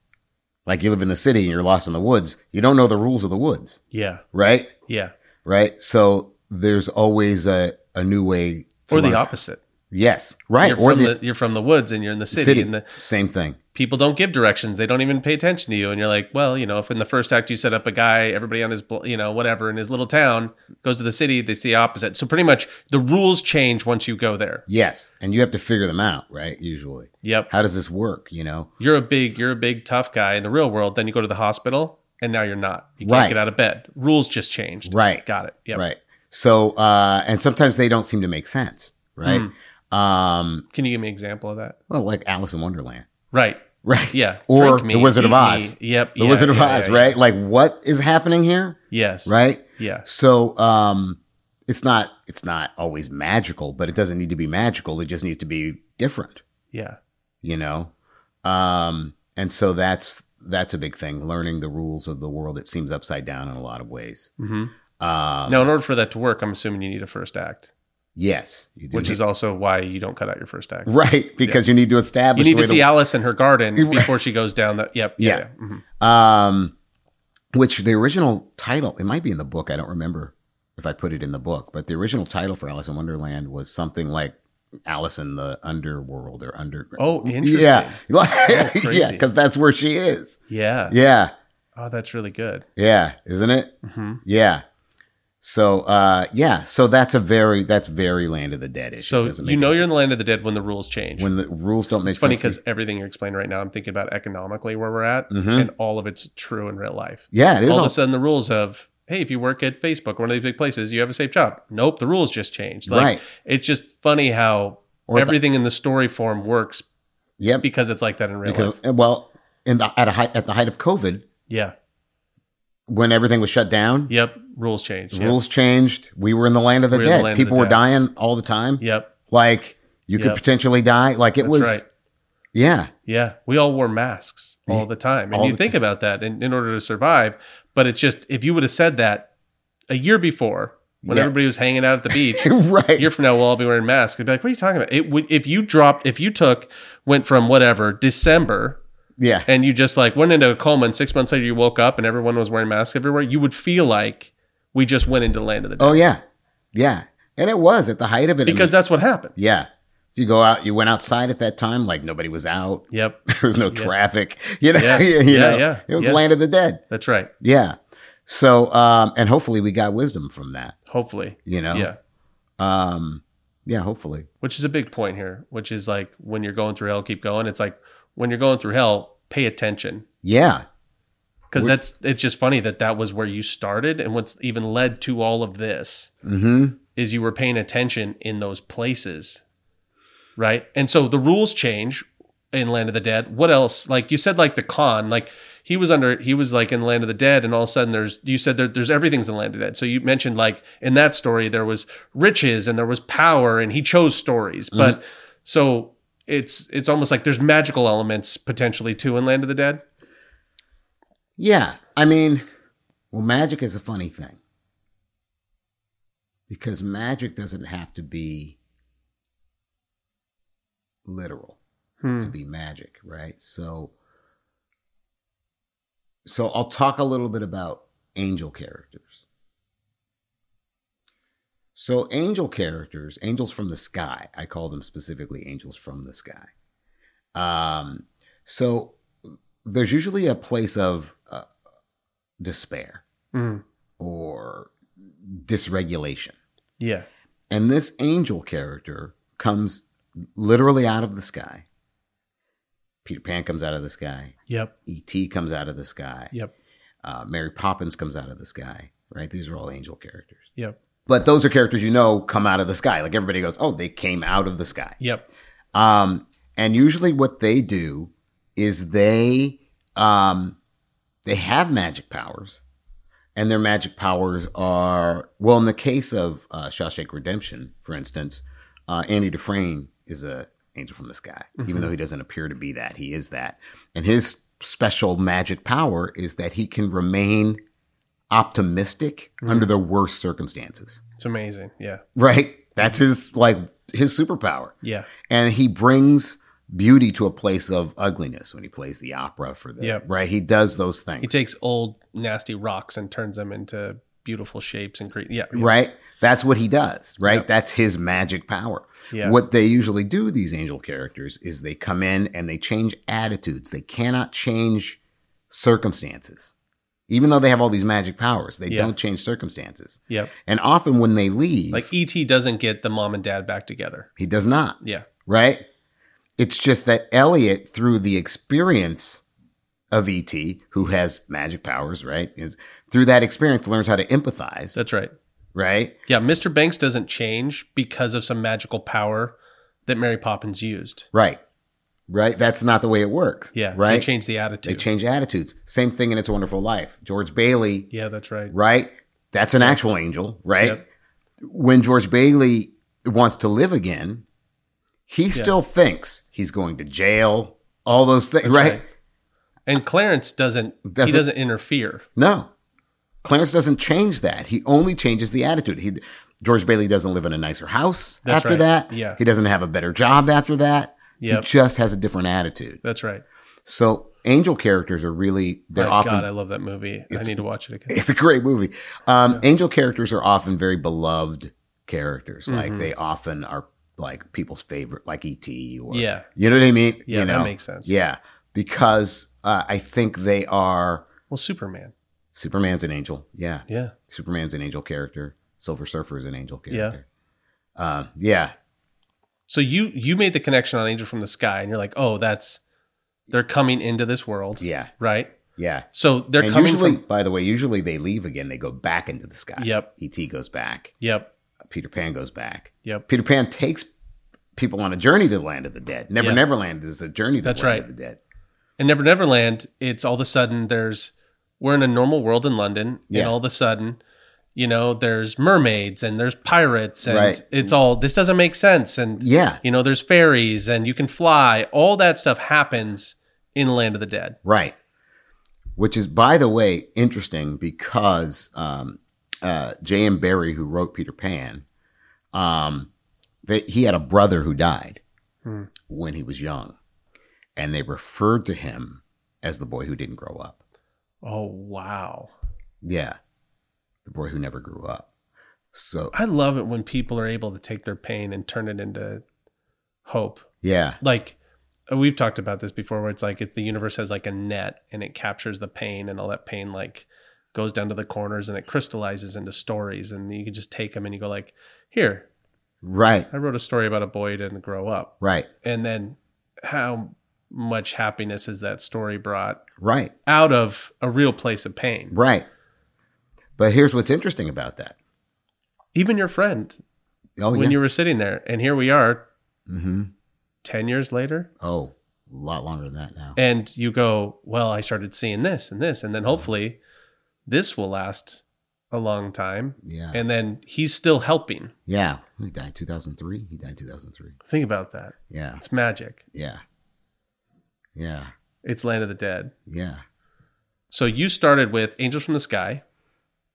S1: like you live in the city and you're lost in the woods, you don't know the rules of the woods,
S2: Yeah.
S1: right?
S2: Yeah.
S1: Right. So there's always a a new way. to
S2: Or the
S1: learn.
S2: opposite.
S1: Yes. Right.
S2: You're
S1: Or
S2: from
S1: the,
S2: the, you're from the woods and you're in the city,
S1: city.
S2: and the
S1: Same thing.
S2: people don't give directions. They don't even pay attention to you. And you're like, well, you know, if in the first act you set up a guy, everybody on his, bl- you know, whatever, in his little town goes to the city, they see opposite. So pretty much the rules change once you go there.
S1: Yes, and you have to figure them out, right? Usually,
S2: Yep.
S1: how does this work? You know,
S2: You're a big, you're a big tough guy in the real world. Then you go to the hospital and now you're not. You can't
S1: Right.
S2: get out of bed. Rules just changed.
S1: Right.
S2: Got it. Yep.
S1: right? So, uh, and sometimes they don't seem to make sense, right?
S2: Hmm.
S1: Um,
S2: Can you give me an example of that?
S1: well, like Alice in Wonderland,
S2: Right.
S1: right?
S2: Yeah.
S1: Or
S2: Drink
S1: The Wizard of
S2: eat
S1: Oz.
S2: me. Yep.
S1: The
S2: Yeah,
S1: Wizard of
S2: yeah,
S1: Oz,
S2: yeah,
S1: right? Like, what is happening here,
S2: Yes.
S1: right?
S2: Yeah.
S1: So, um, it's not it's not always magical, but it doesn't need to be magical. It just needs to be different,
S2: Yeah.
S1: you know. Um, and so that's that's a big thing, learning the rules of the world that seems upside down in a lot of ways.
S2: hmm
S1: Um,
S2: Now, in order for that to work, I'm assuming you need a first act,
S1: yes, you do
S2: which
S1: need-
S2: is also why you don't cut out your first act.
S1: Right, because you need to
S2: You
S1: establish.
S2: need
S1: the
S2: to
S1: way
S2: see Alice in her garden
S1: Right.
S2: before she goes down the. Yep. Yeah.
S1: Yeah.
S2: yeah. Mhm.
S1: um, which the original title it might be in the book. I don't remember if I put it in the book, but the original title for Alice in Wonderland was something like Alice in the Underworld or Under.
S2: Oh, interesting.
S1: yeah,
S2: Yeah.
S1: yeah,
S2: crazy.
S1: because that's where she is.
S2: yeah.
S1: Yeah,
S2: Oh, that's really good.
S1: yeah, isn't it?
S2: hmm
S1: Yeah. So, uh, yeah, so that's a very that's very Land of the Dead issue.
S2: So
S1: It doesn't make
S2: you know
S1: any
S2: you're in the land of the dead when the rules change.
S1: sense. when the rules don't make
S2: it's funny
S1: sense.
S2: because everything you're explaining right now, I'm thinking about economically where we're at,
S1: Mhm.
S2: and all of it's true in real life.
S1: yeah, it is
S2: Mm-hmm. all of
S1: all-
S2: a sudden, the rules of hey, if you work at Facebook, one of these big places, you have a safe job. Nope, the rules just changed. Like,
S1: right.
S2: It's just funny how
S1: Or the-
S2: everything in the story form works
S1: Yep.
S2: because it's like that in real
S1: because
S2: life.
S1: well, in the, at a height at the height of COVID,
S2: Yeah.
S1: when everything was shut down,
S2: Yep. Rules change.
S1: the rules changed. We were in the land of the
S2: We were in the
S1: dead.
S2: land of the
S1: People were
S2: dead.
S1: dying all the time.
S2: Yep.
S1: Like you could
S2: Yep.
S1: potentially die. Like it
S2: That's
S1: was
S2: right.
S1: Yeah.
S2: Yeah, we all wore masks all the time. And
S1: All
S2: you
S1: the
S2: think about that in, in order to survive. But it's just, if you would have said that a year before, when
S1: Yeah.
S2: everybody was hanging out at the beach,
S1: right.
S2: a year from now, we'll all be wearing masks. It'd be like, what are you talking about? It would, if you dropped, if you took, went from whatever, December,
S1: yeah.
S2: and you just like went into a coma and six months later you woke up and everyone was wearing masks everywhere, you would feel like we just went into the land of the dead.
S1: Oh yeah. Yeah. And it was at the height of it. I mean,
S2: because that's what happened.
S1: yeah. If you go out, you went outside at that time, like nobody was out.
S2: Yep.
S1: There was no traffic. You know,
S2: Yeah.
S1: you
S2: Yeah,
S1: know?
S2: yeah,
S1: It was
S2: yeah.
S1: land of the dead.
S2: That's right.
S1: Yeah. So, um, and hopefully we got wisdom from that,
S2: Hopefully.
S1: you know?
S2: Yeah.
S1: Um, yeah, hopefully.
S2: Which is a big point here, which is like when you're going through hell, keep going. It's like when you're going through hell, pay attention.
S1: Yeah.
S2: Because
S1: We're-
S2: that's, it's just funny that that was where you started. And what's even led to all of this
S1: hmm
S2: is you were paying attention in those places. Right. And so the rules change in Land of the Dead. What else? Like you said, like the con, like he was under, he was like in Land of the Dead, and all of a sudden there's, you said there, there's everything's in Land of the Dead. So you mentioned like in that story, there was riches and there was power and he chose stories. But so it's, it's almost like there's magical elements potentially too in Land of the Dead.
S1: Yeah. I mean, well, magic is a funny thing because magic doesn't have to be literal.
S2: Hmm.
S1: to be magic, right? So so I'll talk a little bit about angel characters. So angel characters, angels from the sky, I call them specifically angels from the sky. Um so there's usually a place of uh, despair
S2: Hmm.
S1: or dysregulation.
S2: Yeah.
S1: And this angel character comes literally out of the sky. Peter Pan comes out of the sky.
S2: Yep.
S1: E.T. comes out of the sky.
S2: Yep.
S1: Uh, Mary Poppins comes out of the sky, right? These are all angel characters.
S2: Yep.
S1: But those are characters you know come out of the sky. Like everybody goes, oh, they came out of the sky.
S2: Yep.
S1: Um, and usually what they do is they um, they have magic powers, and their magic powers are well. In the case of uh, Shawshank Redemption, for instance, uh, Andy Dufresne is a angel from the sky, even though he doesn't appear to be that. He is that, and his special magic power is that he can remain optimistic under the worst circumstances.
S2: It's amazing. Yeah.
S1: Right? That's his like his superpower
S2: Yeah.
S1: and he brings beauty to a place of ugliness when he plays the opera for the
S2: Yep.
S1: right he does those
S2: He
S1: things
S2: takes old nasty rocks and turns them into beautiful shapes and create. Yeah, yeah,
S1: right that's what he does right
S2: Yep.
S1: that's his magic power
S2: Yeah.
S1: what they usually do these angel characters is they come in and they change attitudes they cannot change circumstances even though they have all these magic powers they
S2: Yeah.
S1: don't change circumstances
S2: Yep.
S1: and often when they leave
S2: Like ET doesn't get the mom and dad back together.
S1: he does not
S2: Yeah.
S1: right? It's just that Elliot, through the experience of ET, who has magic powers, right, is through that experience learns how to empathize,
S2: That's right.
S1: right?
S2: Yeah, Mr. Banks doesn't change because of some magical power that Mary Poppins used.
S1: Right, right. That's not the way it works.
S2: Yeah.
S1: right.
S2: They change the
S1: They
S2: attitude.
S1: change attitudes. Same thing in It's a Wonderful Life. George Bailey,
S2: yeah, that's right.
S1: right? That's an actual angel, right?
S2: Yep.
S1: When George Bailey wants to live again, he still thinks he's going to jail. All those things,
S2: right.
S1: right?
S2: And Clarence doesn't, he
S1: Doesn't-
S2: doesn't interfere.
S1: No. Clarence doesn't change that. He only changes the attitude. He George Bailey doesn't live in a nicer house
S2: That's
S1: after
S2: right.
S1: that.
S2: Yeah.
S1: He doesn't have a better job after that.
S2: Yep.
S1: He just has a different attitude.
S2: That's right.
S1: So angel characters are really they're
S2: My
S1: often
S2: God, I love that movie. I need to watch it again.
S1: it's a great movie. Um, Angel characters are often very beloved characters.
S2: Mm-hmm.
S1: Like they often are like people's favorite, like ET. Or,
S2: Yeah.
S1: you know what I mean.
S2: Yeah,
S1: you
S2: that
S1: know?
S2: makes sense.
S1: Yeah, because uh, I think they are
S2: Well, Superman.
S1: Superman's an angel. Yeah,
S2: Yeah.
S1: Superman's an angel character. Silver Surfer is an angel character. Yeah. Um, yeah.
S2: So you you made the connection on Angel from the Sky and you're like, "Oh, that's they're coming into this world."
S1: Yeah.
S2: Right?
S1: Yeah.
S2: So they're
S1: and
S2: coming
S1: usually,
S2: from
S1: by the way, usually they leave again. They go back into the sky.
S2: Yep.
S1: E.T. goes back.
S2: Yep.
S1: Peter Pan goes back.
S2: Yep.
S1: Peter Pan takes people on a journey to the land of the dead. Never
S2: Yeah.
S1: Never Land is a journey to
S2: That's
S1: the land
S2: right.
S1: of the dead.
S2: And Never Never Land, it's all of a sudden there's we're in a normal world in London,
S1: Yeah.
S2: and all of a sudden you know, there's mermaids and there's pirates and
S1: Right.
S2: it's all this doesn't make sense and
S1: Yeah.
S2: you know, there's fairies and you can fly. All that stuff happens in Land of the Dead.
S1: Right. Which is, by the way, interesting because um, uh, J.M. Barry, who wrote Peter Pan, um, they, he had a brother who died
S2: Hmm.
S1: when he was young. And they referred to him as the boy who didn't grow up.
S2: Oh wow.
S1: Yeah. The boy who never grew up. So,
S2: I love it when people are able to take their pain and turn it into hope.
S1: yeah.
S2: Like uh, we've talked about this before where it's like if the universe has like a net and it captures the pain and all that pain like goes down to the corners and it crystallizes into stories and you can just take them and you go like, "Here,
S1: Right.
S2: I wrote a story about a boy who didn't grow up."
S1: Right.
S2: And then how much happiness has that story brought
S1: Right.
S2: out of a real place of pain?
S1: Right. But here's what's interesting about that.
S2: Even your friend
S1: Oh,
S2: when
S1: yeah.
S2: you were sitting there and here we are
S1: mm-hmm.
S2: 10 years later
S1: Oh, a lot longer than that now.
S2: and you go, well, I started seeing this and this, and then hopefully this will last a long time.
S1: Yeah.
S2: And then he's still helping.
S1: Yeah, he died 2003. He died 2003.
S2: Think about that.
S1: Yeah,
S2: It's magic.
S1: yeah, yeah,
S2: It's Land of the Dead.
S1: yeah.
S2: So you started with Angels from the Sky,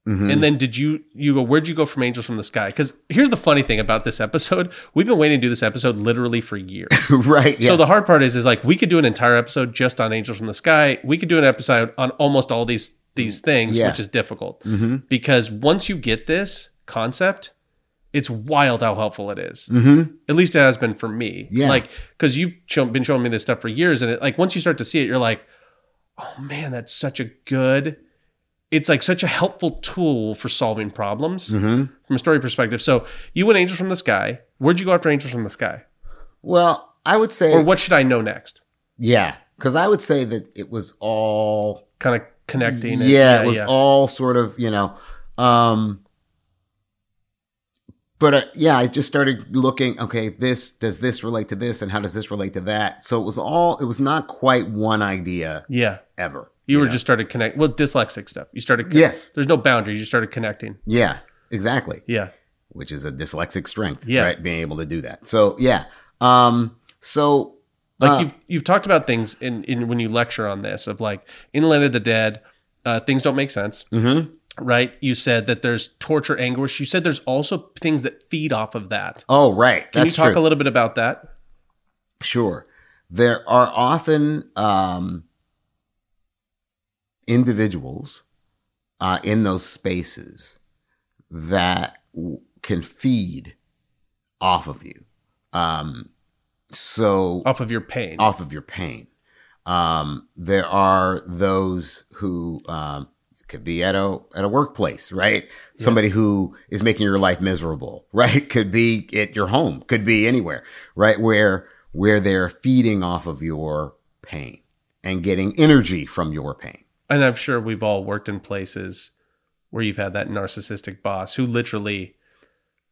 S1: Mhm.
S2: and then did you you go? Where'd you go from Angels from the Sky? Because here's the funny thing about this episode: we've been waiting to do this episode literally for years.
S1: right. Yeah.
S2: So the hard part is, is like we could do an entire episode just on Angels from the Sky. We could do an episode on almost all these these things,
S1: Mm. Yeah.
S2: which is difficult.
S1: Mhm.
S2: because once you get this concept, it's wild how helpful it is.
S1: Mhm.
S2: At least it has been for me.
S1: Yeah.
S2: Like, because you've show, been showing me this stuff for years, and it, like once you start to see it, you're like, oh man, that's such a good. It's like such a helpful tool for solving problems
S1: Mhm.
S2: from a story perspective. So you went Angels from the Sky. Where'd you go after Angels from the Sky?
S1: Well, I would say,
S2: Or what should I know next?
S1: yeah, because I would say that it was all,
S2: Kind of connecting.
S1: yeah,
S2: and-
S1: it was all sort of, you know, um, but uh, yeah, I just started looking. Okay, this does this relate to this, and how does this relate to that? So it was all. It was not quite one idea
S2: yeah.
S1: ever.
S2: You were
S1: know?
S2: just started connect. Well, dyslexic stuff. You started.
S1: Yes.
S2: There's no boundary. You started connecting.
S1: yeah, exactly.
S2: Yeah.
S1: which is a dyslexic strength,
S2: Yeah.
S1: right? Being able to do that. So yeah. Um. So
S2: like
S1: Uh,
S2: you've, you've talked about things in, in when you lecture on this of like in land of the dead uh, things don't make sense
S1: mhm.
S2: right you said that there's torture anguish you said there's also things that feed off of that
S1: Oh, right.
S2: can
S1: That's
S2: you talk
S1: true.
S2: a little bit about that
S1: sure. There are often um, individuals uh, in those spaces that w- can feed off of you. Um, so
S2: off of your pain
S1: off of your pain. Um, there are those who um, could be at a at a workplace, right? Somebody who is making your life miserable, right? Could be at your home, could be anywhere, right? Where where they're feeding off of your pain and getting energy from your pain.
S2: and i'm sure we've all worked in places where you've had that narcissistic boss who literally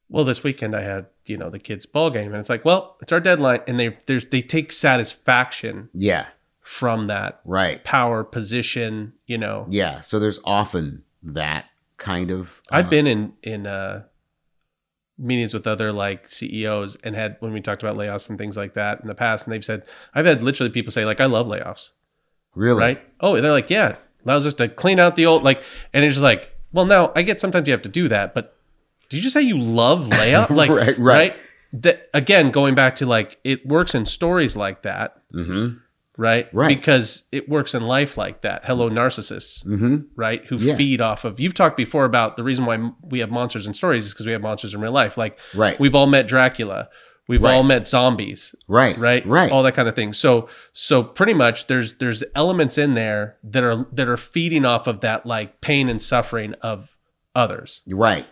S2: well this weekend i had you know the kids ball game and it's like well it's our deadline and they there's they take satisfaction
S1: Yeah,
S2: from that
S1: right.
S2: power position you know
S1: Yeah. So there's often that kind of.
S2: I've
S1: uh,
S2: been in in uh, meetings with other like CEOs and had when we talked about layoffs and things like that in the past, and they've said I've had literally people say like I love layoffs,
S1: really
S2: right? Oh, they're like yeah, allows us to clean out the old like, and it's just like well now I get sometimes you have to do that, but did you just say you love layoff like
S1: Right, right.
S2: That again going back to like it works in stories like that.
S1: Mm-hmm.
S2: Right,
S1: Right.
S2: because it works in life like that. Hello, narcissists
S1: Mm-hmm.
S2: right? Who
S1: Yeah.
S2: feed off of. You've talked before about the reason why m- we have monsters in stories is because we have monsters in real life. Like
S1: Right.
S2: we've all met Dracula, we've
S1: Right.
S2: all met zombies,
S1: right.
S2: right?
S1: Right.
S2: all that kind of thing. So, so pretty much there's there's elements in there that are that are feeding off of that like pain and suffering of others.
S1: Right.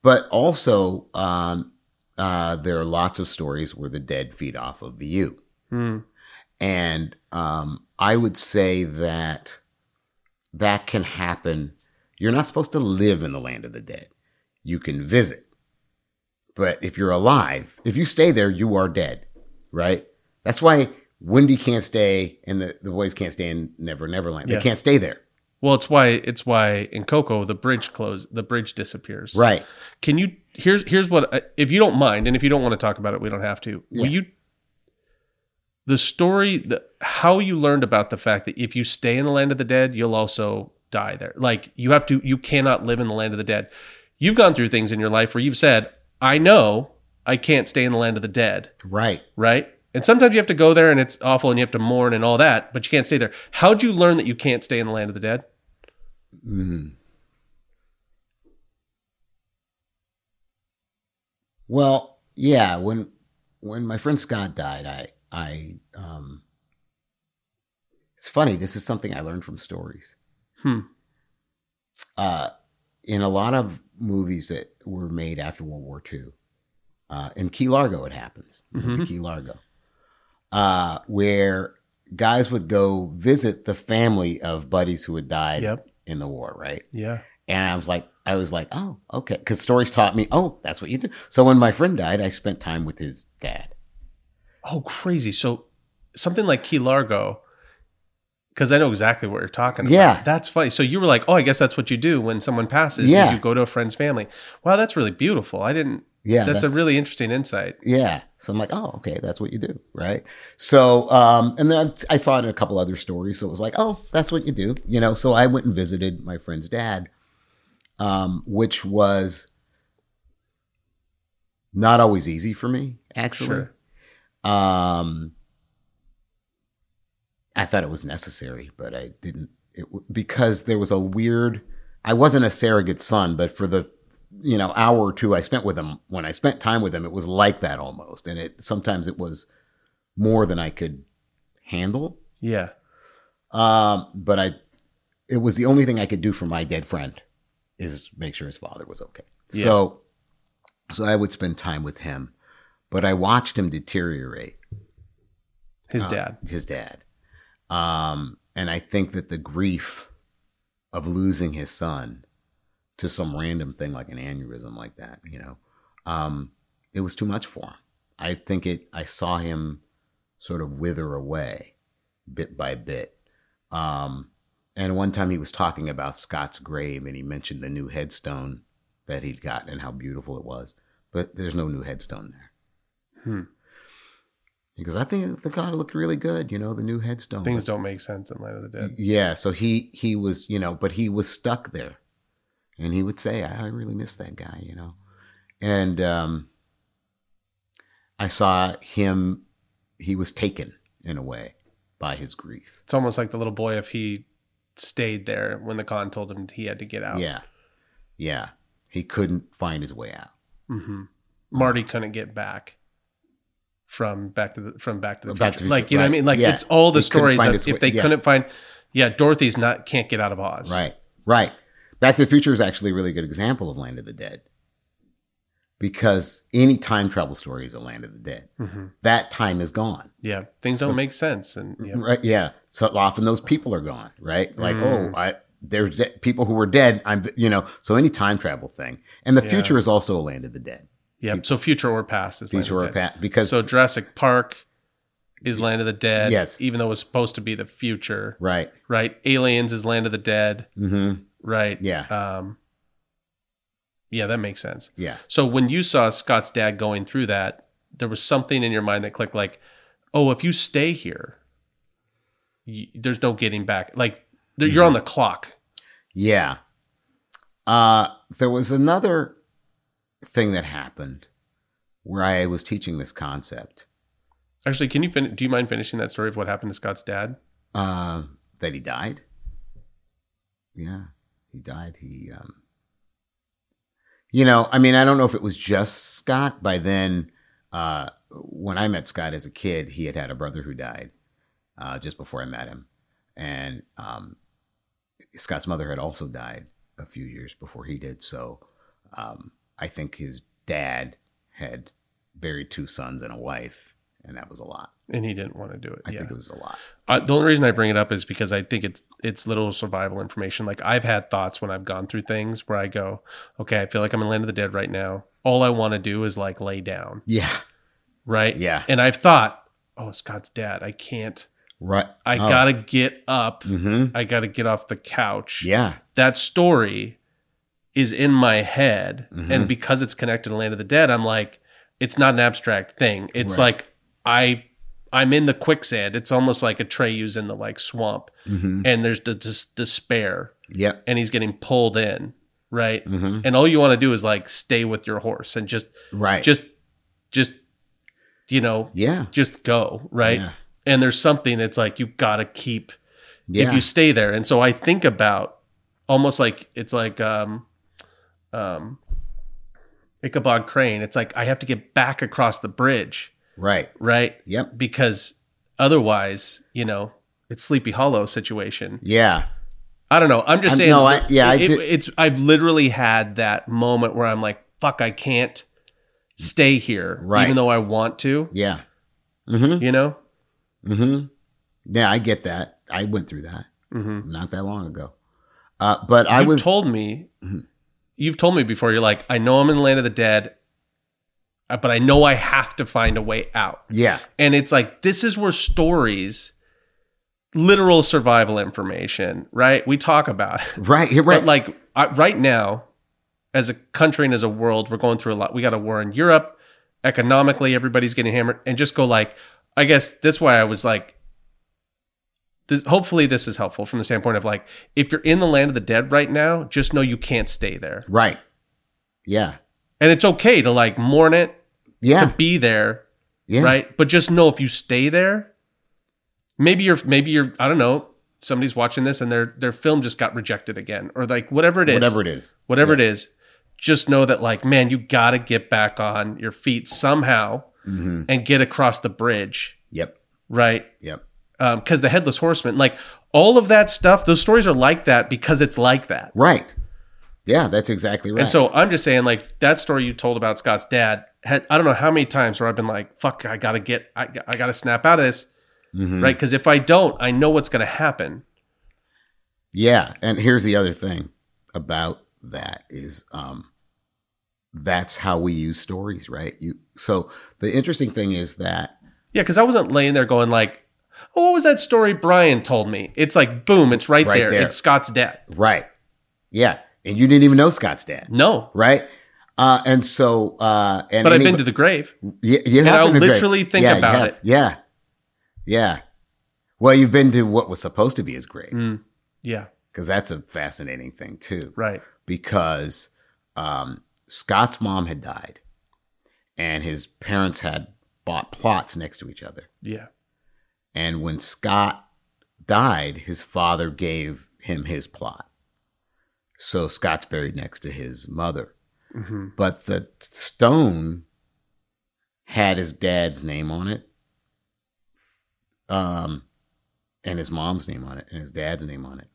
S1: But also, um, uh, there are lots of stories where the dead feed off of you.
S2: Mm.
S1: And um, I would say that that can happen. You're not supposed to live in the land of the dead. You can visit. But if you're alive, if you stay there, you are dead, right? That's why Wendy can't stay and the, the boys can't stay in Never Neverland.
S2: Yeah.
S1: They can't stay there.
S2: Well, it's why it's why in Coco the bridge close the bridge disappears.
S1: Right.
S2: Can you here's here's what I- if you don't mind and if you don't want to talk about it we don't have to.
S1: Yeah.
S2: Will you the story the, how you learned about the fact that if you stay in the land of the dead you'll also die there. Like you have to you cannot live in the land of the dead. You've gone through things in your life where you've said, "I know I can't stay in the land of the dead."
S1: Right.
S2: right? And sometimes you have to go there and it's awful and you have to mourn and all that, but you can't stay there. How'd you learn that you can't stay in the land of the dead?
S1: Mm. Well, yeah, when when my friend Scott died, I I um it's funny, this is something I learned from stories.
S2: Hmm.
S1: Uh in a lot of movies that were made after World War II, uh in Key Largo it happens. The movie
S2: Mhm.
S1: Key Largo. Uh where guys would go visit the family of buddies who had died in the war, right?
S2: Yeah.
S1: And I was like, I was like, oh, okay. Because stories taught me, oh, that's what you do. So when my friend died, I spent time with his dad.
S2: Oh, crazy. So something like Key Largo, because I know exactly what you're talking about.
S1: Yeah.
S2: That's funny. So you were like, oh, I guess that's what you do when someone passes. is
S1: Yeah.
S2: You go to a friend's family. Wow, that's really beautiful. I didn't,
S1: Yeah,
S2: that's, a really interesting insight.
S1: yeah. So I'm like, oh, okay, that's what you do, right? So, um, and then I I saw it in a couple other stories. So it was like, oh, that's what you do, you know. So I went and visited my friend's dad, um, which was not always easy for me, actually.
S2: Sure.
S1: Um, I thought it was necessary, but I didn't. It w- because there was a weird. I wasn't a surrogate son, but for the you know hour or two I spent with him, when I spent time with him, it was like that almost, and it sometimes it was more than I could handle.
S2: Yeah.
S1: Um, but I, it was the only thing I could do for my dead friend is make sure his father was okay.
S2: Yeah.
S1: So, so I would spend time with him, but I watched him deteriorate
S2: His
S1: uh,
S2: dad.
S1: his dad um and i think that the grief of losing his son to some random thing like an aneurysm like that you know um it was too much for him i think it i saw him sort of wither away bit by bit um and one time he was talking about scott's grave and he mentioned the new headstone that he'd gotten and how beautiful it was but there's no new headstone there
S2: Hmm.
S1: he goes i think the god looked really good you know the new headstone
S2: Things
S1: But-
S2: don't make sense in Land of the Dead.
S1: yeah, so he he was, you know, but he was stuck there. And he would say, I, I really miss that guy, you know. And um I saw him he was taken in a way by his grief.
S2: It's almost like the little boy if he stayed there when the con told him he had to get out.
S1: Yeah. Yeah. He couldn't find his way out.
S2: hmm
S1: Mm-hmm.
S2: Marty couldn't get back from back to the from back to the,
S1: Back to
S2: future.
S1: the
S2: like
S1: Future,
S2: you know what I
S1: right.
S2: mean. Like
S1: Yeah.
S2: it's all the
S1: He couldn't
S2: stories
S1: find
S2: of
S1: its
S2: if
S1: way-
S2: they
S1: yeah.
S2: couldn't find. Yeah, Dorothy's not can't get out of Oz.
S1: Right. Right. Back to the Future is actually a really good example of Land of the Dead. Because any time travel story is a Land of the Dead.
S2: hmm
S1: That time is gone.
S2: Yeah, things
S1: So- Mm-hmm.
S2: don't make sense, and yeah,
S1: Right. Yeah. So often those people are gone, right? Like,
S2: Mm.
S1: oh, I, there's de- people who were dead. I'm, you know, so any time travel thing. And the
S2: Yeah.
S1: future is also a land of the dead.
S2: yeah. So future or past is
S1: Future
S2: Land
S1: or
S2: of the Dead.
S1: past. Because,
S2: So Jurassic Park is Land of the Dead.
S1: Yes.
S2: even though it was supposed to be the future.
S1: right.
S2: Right, Aliens is Land of the Dead.
S1: hmm
S2: Right.
S1: Yeah.
S2: Um. Yeah, that makes sense.
S1: Yeah.
S2: So when you saw Scott's dad going through that, there was something in your mind that clicked like, oh, if you stay here, y there's no getting back. Like th-
S1: Mm-hmm.
S2: you're on the clock.
S1: Yeah. Uh, there was another thing that happened where I was teaching this concept
S2: Actually, can you fin- do you mind finishing that story of what happened to Scott's dad?
S1: uh, that he died. Yeah. He died. He, um, you know, I mean, I don't know if it was just Scott. By then, uh, when I met Scott as a kid, he had had a brother who died uh, just before I met him, and um, Scott's mother had also died a few years before he did. So, um, I think his dad had buried two sons and a wife, and that was a lot.
S2: And he didn't want to do it.
S1: I
S2: yeah.
S1: think it was a lot.
S2: Uh, the only reason I bring it up is because I think it's it's little survival information. Like I've had thoughts when I've gone through things where I go, okay, I feel like I'm in Land of the Dead right now. All I want to do is like lay down,
S1: Yeah,
S2: right?
S1: yeah,
S2: And I've thought, oh, Scott's dad. I can't.
S1: Right.
S2: I
S1: Oh,
S2: gotta get up.
S1: mhm.
S2: I gotta get off the couch.
S1: Yeah.
S2: That story is in my head.
S1: Mhm.
S2: And because it's connected to Land of the Dead, I'm like, it's not an abstract thing. It's
S1: Right.
S2: like I I'm in the quicksand. It's almost like Atreyu's in the like swamp.
S1: hmm
S2: And there's the dis- despair
S1: Yep.
S2: and he's getting pulled in, right?
S1: hmm
S2: And all you want to do is like stay with your horse and just
S1: Right.
S2: just just you know,
S1: yeah.
S2: just go, right?
S1: Yeah.
S2: And there's something it's like you got to keep
S1: Yeah.
S2: if you stay there. And so I think about almost like it's like um um Ichabod Crane. It's like I have to get back across the bridge,
S1: right.
S2: right?
S1: Yep.
S2: Because otherwise, you know, it's Sleepy Hollow situation.
S1: Yeah.
S2: I don't know. I'm just
S1: I'm-
S2: saying.
S1: no, I- yeah, I
S2: it-
S1: did-
S2: it's I've literally had that moment where I'm like, "Fuck, I can't stay here,
S1: Right.
S2: even though I want to."
S1: Yeah. hmm
S2: You know.
S1: hmm Yeah, I get that. I went through that
S2: Mm-hmm.
S1: not that long ago. Uh, but I
S2: you've
S1: was Mm-hmm.
S2: told me. You've told me before. You're like, I know I'm in Land of the Dead, uh, but I know I have to find a way out.
S1: yeah.
S2: And it's like this is where stories, literal survival information, right? We talk about. it.
S1: Right. You're right.
S2: But like I, right now, as a country and as a world, we're going through a lot. We got a war in Europe. Economically, everybody's getting hammered. And just go like, I guess that's why I was like, this, hopefully this is helpful from the standpoint of like, if you're in the land of the dead right now, just know you can't stay there,
S1: right. Yeah.
S2: and it's okay to like mourn it,
S1: Yeah.
S2: to be there,
S1: yeah.
S2: right? But just know if you stay there, maybe you're maybe you're I don't know. Somebody's watching this and their their film just got rejected again, or like whatever it is
S1: Whatever it is.
S2: whatever it is, just know that like, man, you gotta get back on your feet somehow
S1: hmm
S2: and get across the bridge,
S1: Yep.
S2: right?
S1: Yep.
S2: Because the headless horseman, like all of that stuff, those stories are like that because it's like that.
S1: Right. Yeah. That's exactly right.
S2: And so I'm just saying, like that story you told about Scott's dad. Had, I don't know how many times where I've been like, fuck, I gotta get, I, I gotta snap out of this,
S1: Mhm.
S2: right? Because if I don't, I know what's gonna happen.
S1: Yeah, and here's the other thing about that is um that's how we use stories, right? You so the interesting thing is that
S2: Yeah, because I wasn't laying there going like, oh, what was that story Brian told me? It's like, boom, it's right,
S1: Right
S2: there.
S1: there.
S2: It's Scott's dad.
S1: right. Yeah, and you didn't even know Scott's dad,
S2: No,
S1: right? Uh and so uh and
S2: but I've been to the grave.
S1: yeah, you
S2: and
S1: have
S2: I'll
S1: been to great-
S2: literally think
S1: yeah, you
S2: about
S1: have-
S2: it.
S1: Yeah. Yeah. Well, you've been to what was supposed to be his grave
S2: Mm, yeah,
S1: because that's a fascinating thing too.
S2: right.
S1: because um, Scott's mom had died, and his parents had bought plots next to each other.
S2: Yeah.
S1: And when Scott died, his father gave him his plot. So Scott's buried next to his mother.
S2: hmm
S1: But the stone had his dad's name on it, um, and his mom's name on it, and his dad's name on it,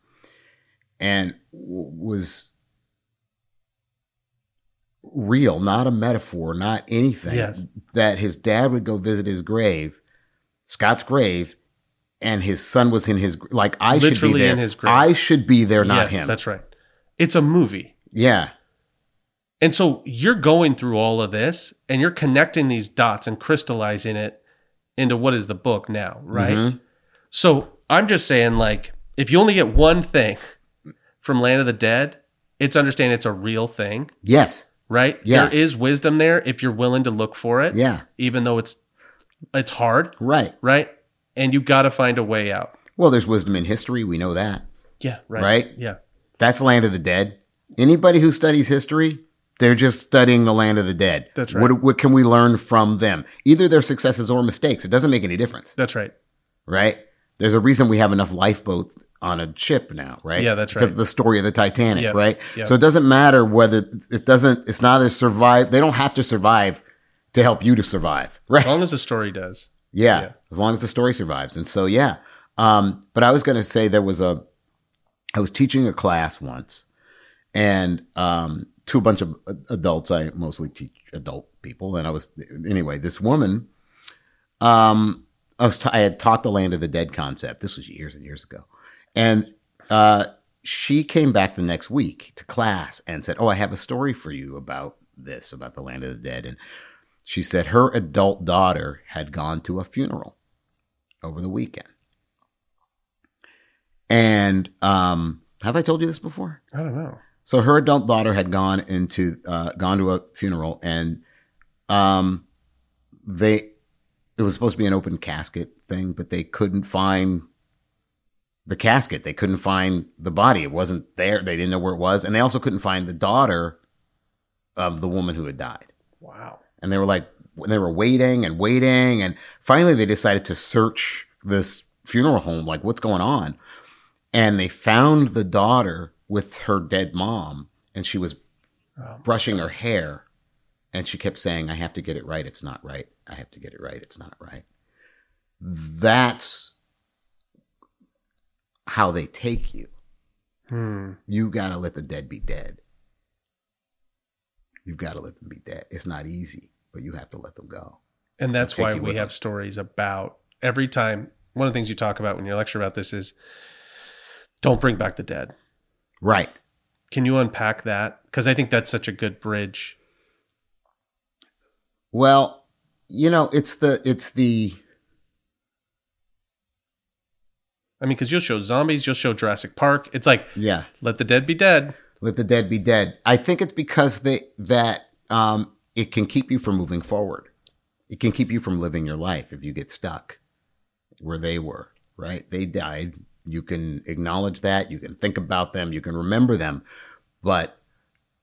S1: and w- was real, not a metaphor, not anything.
S2: Yes.
S1: That his dad would go visit his grave, Scott's grave, and his son was in his gr- like I should be
S2: Literally
S1: there.
S2: in his grave.
S1: I should be there, not him.
S2: That's right. It's a movie.
S1: yeah,
S2: And so you're going through all of this and you're connecting these dots and crystallizing it into what is the book now, right?
S1: Mhm.
S2: So I'm just saying, like, if you only get one thing from Land of the Dead, it's understand it's a real thing,
S1: Yes.
S2: right?
S1: Yeah.
S2: There is wisdom there if you're willing to look for it,
S1: Yeah.
S2: even though it's it's hard,
S1: Right.
S2: right? And you got to find a way out.
S1: Well, there's wisdom in history. We know that.
S2: Yeah, right.
S1: Right?
S2: Yeah.
S1: That's land of the dead. Anybody who studies history, they're just studying the land of the dead.
S2: That's right.
S1: What, what can we learn from them? Either their successes or mistakes. It doesn't make any difference,
S2: That's right.
S1: right? There's a reason we have enough lifeboats on a ship now, right?
S2: Yeah, that's
S1: Because
S2: right.
S1: of the story of the Titanic,
S2: Yep,
S1: right?
S2: yep.
S1: So it doesn't matter whether it doesn't. It's not a survive. They don't have to survive to help you to survive, right?
S2: As long as the story does.
S1: Yeah,
S2: Yeah.
S1: as long as the story survives. And so, yeah. Um, but I was going to say there was a, I was teaching a class once and um, to a bunch of a- adults. I mostly teach adult people. And I was, anyway, this woman, um, I, was t- I had taught the land of the dead concept. This was years and years ago. And uh, she came back the next week to class and said, Oh, I have a story for you about this, about the land of the dead. And she said her adult daughter had gone to a funeral over the weekend And um, have I told you this before?
S2: I don't know.
S1: So her adult daughter had gone into uh, gone to a funeral, and um, they it was supposed to be an open casket thing, but they couldn't find the casket. They couldn't find the body. It wasn't there. They didn't know where it was, and they also couldn't find the daughter of the woman who had died.
S2: Wow.
S1: And they were like, they were waiting and waiting, and finally they decided to search this funeral home. Like, what's going on? And they found the daughter with her dead mom, and she was brushing her hair, and she kept saying, "I have to get it right. It's not right. I have to get it right. It's not right." That's how they take you.
S2: Hmm.
S1: You got to let the dead be dead. You've got to let them be dead. It's not easy, but you have to let them go.
S2: And
S1: So
S2: that's
S1: take
S2: why
S1: you
S2: we
S1: with
S2: have
S1: them.
S2: stories about every time. One of the things you talk about when you lecture about this is don't bring back the dead.
S1: Right.
S2: Can you unpack that? Because I think that's such a good bridge.
S1: Well, you know, it's the it's the
S2: I mean, because you'll show zombies, you'll show Jurassic Park. It's like
S1: yeah,
S2: let the dead be dead.
S1: let the dead be dead. I think it's because they that um it can keep you from moving forward. It can keep you from living your life if you get stuck where they were, right? They died. You can acknowledge that, you can think about them, you can remember them. But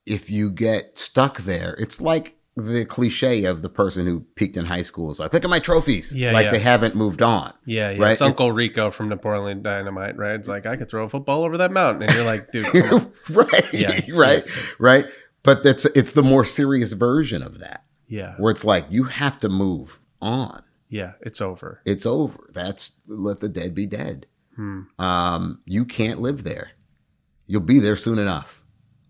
S1: if you get stuck there, it's like the cliche of the person who peaked in high school is like, look at my trophies.
S2: Yeah,
S1: like
S2: yeah.
S1: they haven't moved on.
S2: Yeah, yeah.
S1: Right,
S2: It's Uncle
S1: it's-
S2: Rico from Napoleon Dynamite, right? It's like I could throw a football over that mountain, and you're like, dude, come on.
S1: right.
S2: Yeah.
S1: right. Right. But that's it's the more serious version of that.
S2: yeah,
S1: where it's like you have to move on.
S2: yeah, it's over.
S1: It's over. That's let the dead be dead.
S2: Hmm.
S1: Um, you can't live there. You'll be there soon enough.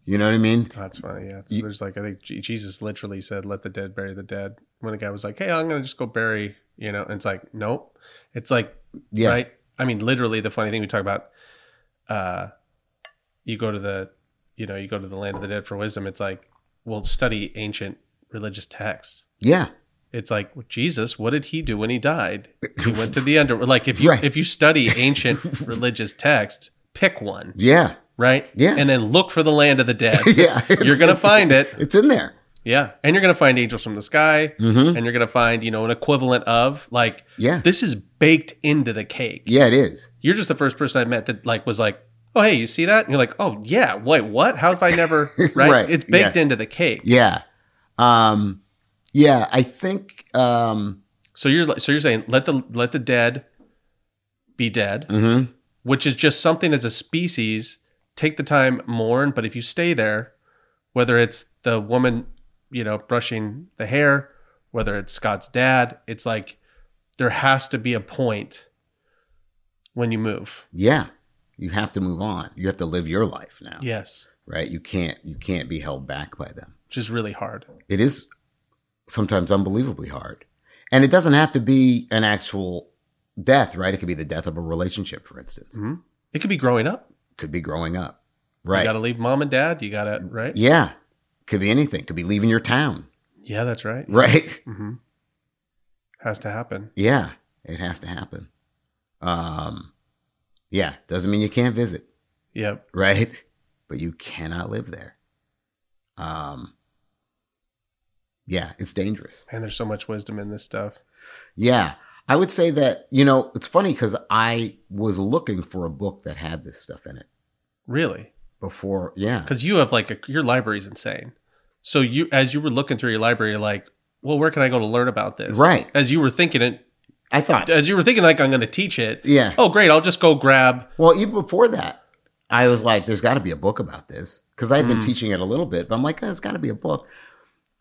S1: You know what I mean?
S2: That's funny. Yeah, it's,
S1: You-
S2: there's like I think Je- Jesus literally said, "Let the dead bury the dead." When a guy was like, "Hey, I'm gonna just go bury," you know, and it's like, nope. It's like
S1: Yeah.
S2: right. I mean, literally, the funny thing we talk about, uh, you go to the, you know, you go to the land of the dead for wisdom. It's like, well, study ancient religious texts.
S1: Yeah.
S2: It's like well, Jesus. What did he do when he died? He went to the underworld. Like if you
S1: Right.
S2: if you study ancient religious text, pick one,
S1: Yeah.
S2: right?
S1: Yeah.
S2: and then look for the land of the dead.
S1: yeah. It's-
S2: You're gonna
S1: it's-
S2: find it.
S1: It's in there.
S2: Yeah. And you're going to find angels from the sky
S1: hmm
S2: and you're going to find, you know, an equivalent of like
S1: Yeah.
S2: this is baked into the cake.
S1: Yeah, it is.
S2: You're just the first person I met that like was like, "Oh, hey, you see that?" And you're like, "Oh, yeah. Wait, what? How have I never right?
S1: Right,
S2: It's baked
S1: yeah.
S2: into the cake."
S1: Yeah. Um, yeah, I think um
S2: So you're so you're saying let the let the dead be dead,
S1: mhm.
S2: which is just something as a species take the time mourn, but if you stay there, whether it's the woman, you know, brushing the hair, whether it's Scott's dad, it's like there has to be a point when you move.
S1: yeah. You have to move on. You have to live your life now.
S2: Yes,
S1: Right? You can't you can't be held back by them.
S2: which is really hard.
S1: it is sometimes unbelievably hard. And it doesn't have to be an actual death, right? It could be the death of a relationship, for instance.
S2: hmm It could be growing up.
S1: Could be growing up,
S2: You got
S1: right?
S2: to leave mom and dad. You got to, right?
S1: Yeah. Could be anything. Could be leaving your town,
S2: Yeah, that's right.
S1: right?
S2: hmm Has to happen.
S1: Yeah. It has to happen. Um, yeah. Doesn't mean you can't visit,
S2: Yep.
S1: right? But you cannot live there. Um, yeah, it's dangerous.
S2: And there's so much wisdom in this stuff.
S1: Yeah. I would say that, you know, it's funny because I was looking for a book that had this stuff in it
S2: Really?
S1: before. Yeah.
S2: because you have like a, your library's insane. So you, as you were looking through your library, you're like, well, where can I go to learn about this?
S1: Right.
S2: As you were thinking it,
S1: I thought,
S2: as you were thinking like I'm going to teach it.
S1: yeah.
S2: Oh, great! I'll just go grab.
S1: Well, even before that, I was like, there's got to be a book about this because I've been
S2: Mm.
S1: teaching it a little bit, but I'm like, there's got to be a book.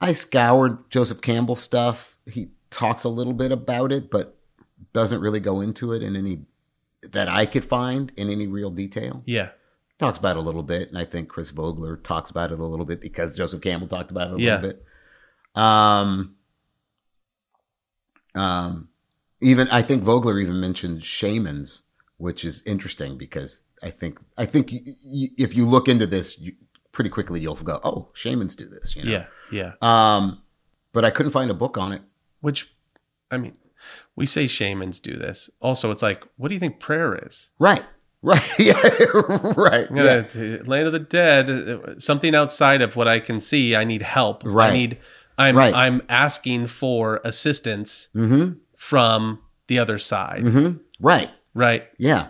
S1: I scoured Joseph Campbell's stuff. He talks a little bit about it, but doesn't really go into it in any that I could find in any real detail.
S2: Yeah,
S1: talks about it a little bit, and I think Chris Vogler talks about it a little bit because Joseph Campbell talked about it a
S2: Yeah.
S1: little bit. Um, um, even I think Vogler even mentioned shamans, which is interesting because I think I think y- y- if you look into this, you, pretty quickly you'll go, oh, shamans do this, you know.
S2: yeah, yeah.
S1: Um, but I couldn't find a book on it.
S2: Which, I mean, we say shamans do this. Also, it's like, what do you think prayer is?
S1: Right. Right. Yeah. right.
S2: I'm
S1: Yeah.
S2: gonna t- Land of the Dead. uh, Something outside of what I can see. I need help.
S1: Right.
S2: I need. I'm
S1: Right.
S2: I'm asking for assistance
S1: Mm-hmm.
S2: from the other side.
S1: Mm-hmm. Right.
S2: Right.
S1: Yeah.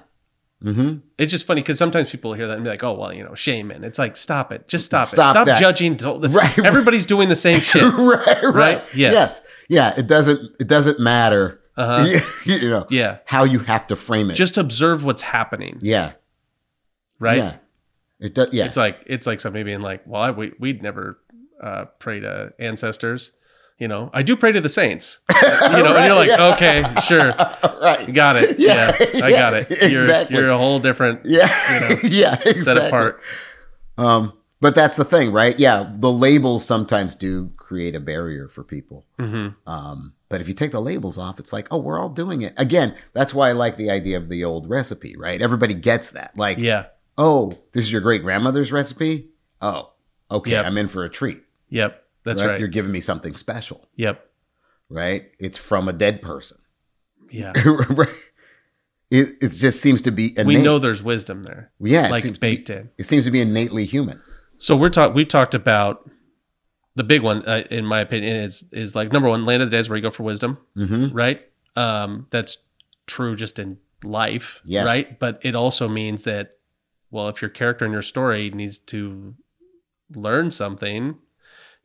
S1: Mm-hmm.
S2: It's just funny because sometimes people hear that and be like, "Oh well, you know, shame." And it's like, stop it. Just stop,
S1: Stop
S2: it. Stop
S1: that.
S2: judging. Don't-
S1: Right.
S2: Everybody's doing the same shit. Uh
S1: right. Right.
S2: Right? Yeah.
S1: Yes. Yeah. It doesn't. It doesn't matter.
S2: huh.
S1: you know
S2: Uh-huh. Yeah.
S1: how you have to frame it.
S2: Just observe what's happening.
S1: yeah.
S2: Right.
S1: Yeah. It does. Yeah.
S2: It's like it's like somebody being like, "Well, I, we we'd never uh, pray to ancestors." You know, I do pray to the saints. You know, and you're like,
S1: yeah.
S2: okay, sure,
S1: right.
S2: got it.
S1: Yeah,
S2: Yeah, I got
S1: yeah,
S2: it. You're
S1: exactly.
S2: you're a whole different
S1: Yeah.
S2: you know,
S1: yeah. Exactly.
S2: set apart.
S1: Um, but that's the thing, right? Yeah, the labels sometimes do create a barrier for people.
S2: Mhm.
S1: Um, but if you take the labels off, it's like, oh, we're all doing it. Again, that's why I like the idea of the old recipe, right? Everybody gets that. Like,
S2: Yeah,
S1: oh, this is your great grandmother's recipe. Oh, okay,
S2: Yep.
S1: I'm in for a treat.
S2: yep, that's
S1: right?
S2: right.
S1: You're giving me something special,
S2: Yep,
S1: right? It's from a dead person.
S2: yeah.
S1: Right? it it just seems to be innate.
S2: We know there's wisdom there,
S1: yeah, it seems
S2: like
S1: to be-
S2: baked in.
S1: it seems to be innately human.
S2: So we're talk we've talked about the big one, uh, in my opinion, is is like number one, land of the dead is where you go for wisdom.
S1: Mm-hmm.
S2: right? Um, that's true just in life,
S1: Yes.
S2: right? But it also means that, well, if your character in your story needs to learn something,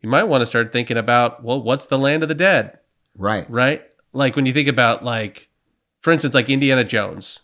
S2: you might want to start thinking about, well, what's the land of the dead,
S1: Right.
S2: right? Like when you think about, like, for instance, like Indiana Jones,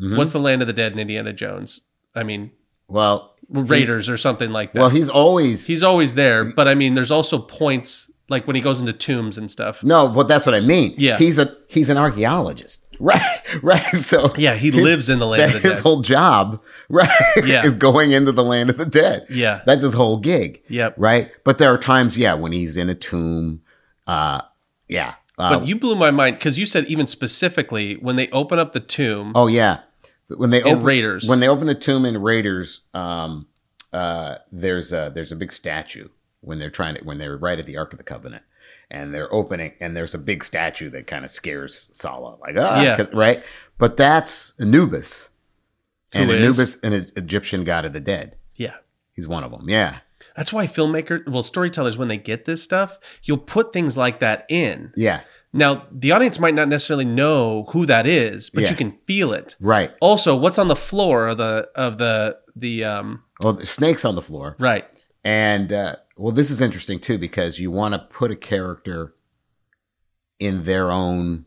S1: Mhm.
S2: what's the land of the dead in Indiana Jones? I mean,
S1: Well,
S2: Raiders or something like that.
S1: Well, he's always
S2: he's always there, but I mean, there's also points like when he goes into tombs and stuff.
S1: no, but that's what I mean.
S2: Yeah.
S1: he's a he's an archaeologist, right? Right. So
S2: Yeah, he
S1: his-
S2: lives in the land
S1: that-
S2: of the
S1: his
S2: dead.
S1: whole job, right,
S2: Yeah.
S1: is going into the land of the dead.
S2: yeah.
S1: That's his whole gig,
S2: Yep.
S1: right? But there are times, yeah, when he's in a tomb. Uh, yeah. Uh,
S2: But you blew my mind because you said even specifically when they open up the tomb.
S1: oh yeah, when they
S2: In
S1: open
S2: Raiders.
S1: when they open the tomb in Raiders, um, uh, there's a there's a big statue when they're trying to when they're right at the Ark of the Covenant. And they're opening, and there's a big statue that kind of scares Sala, like ah,
S2: Yeah.
S1: 'cause- right. But that's Anubis, and
S2: Who is-
S1: Anubis, an E- Egyptian god of the dead.
S2: Yeah,
S1: He's one of them. Yeah,
S2: that's why filmmaker, well, storytellers, when they get this stuff, you'll put things like that in.
S1: yeah,
S2: Now the audience might not necessarily know who that is, but
S1: Yeah.
S2: you can feel it.
S1: right.
S2: Also, what's on the floor of the of the the um
S1: Well, there's snakes on the floor,
S2: right?
S1: and uh, well, this is interesting too because you want to put a character in their own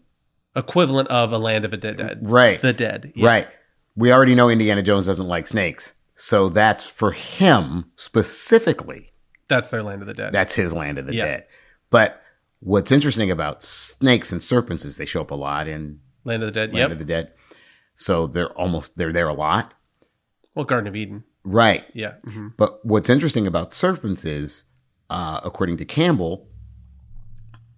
S2: Equivalent of a land of the dead,
S1: right.
S2: the dead, Yeah.
S1: Right. We already know Indiana Jones doesn't like snakes. So that's for him specifically,
S2: That's their land of the dead.
S1: that's his land of the
S2: Yeah.
S1: dead. But what's interesting about snakes and serpents is they show up a lot in
S2: land of the dead.
S1: Land
S2: yep.
S1: of the Dead. So they're almost they're there a lot.
S2: well, Garden of Eden.
S1: Right.
S2: Yeah. Mhm.
S1: But what's interesting about serpents is, uh, according to Campbell,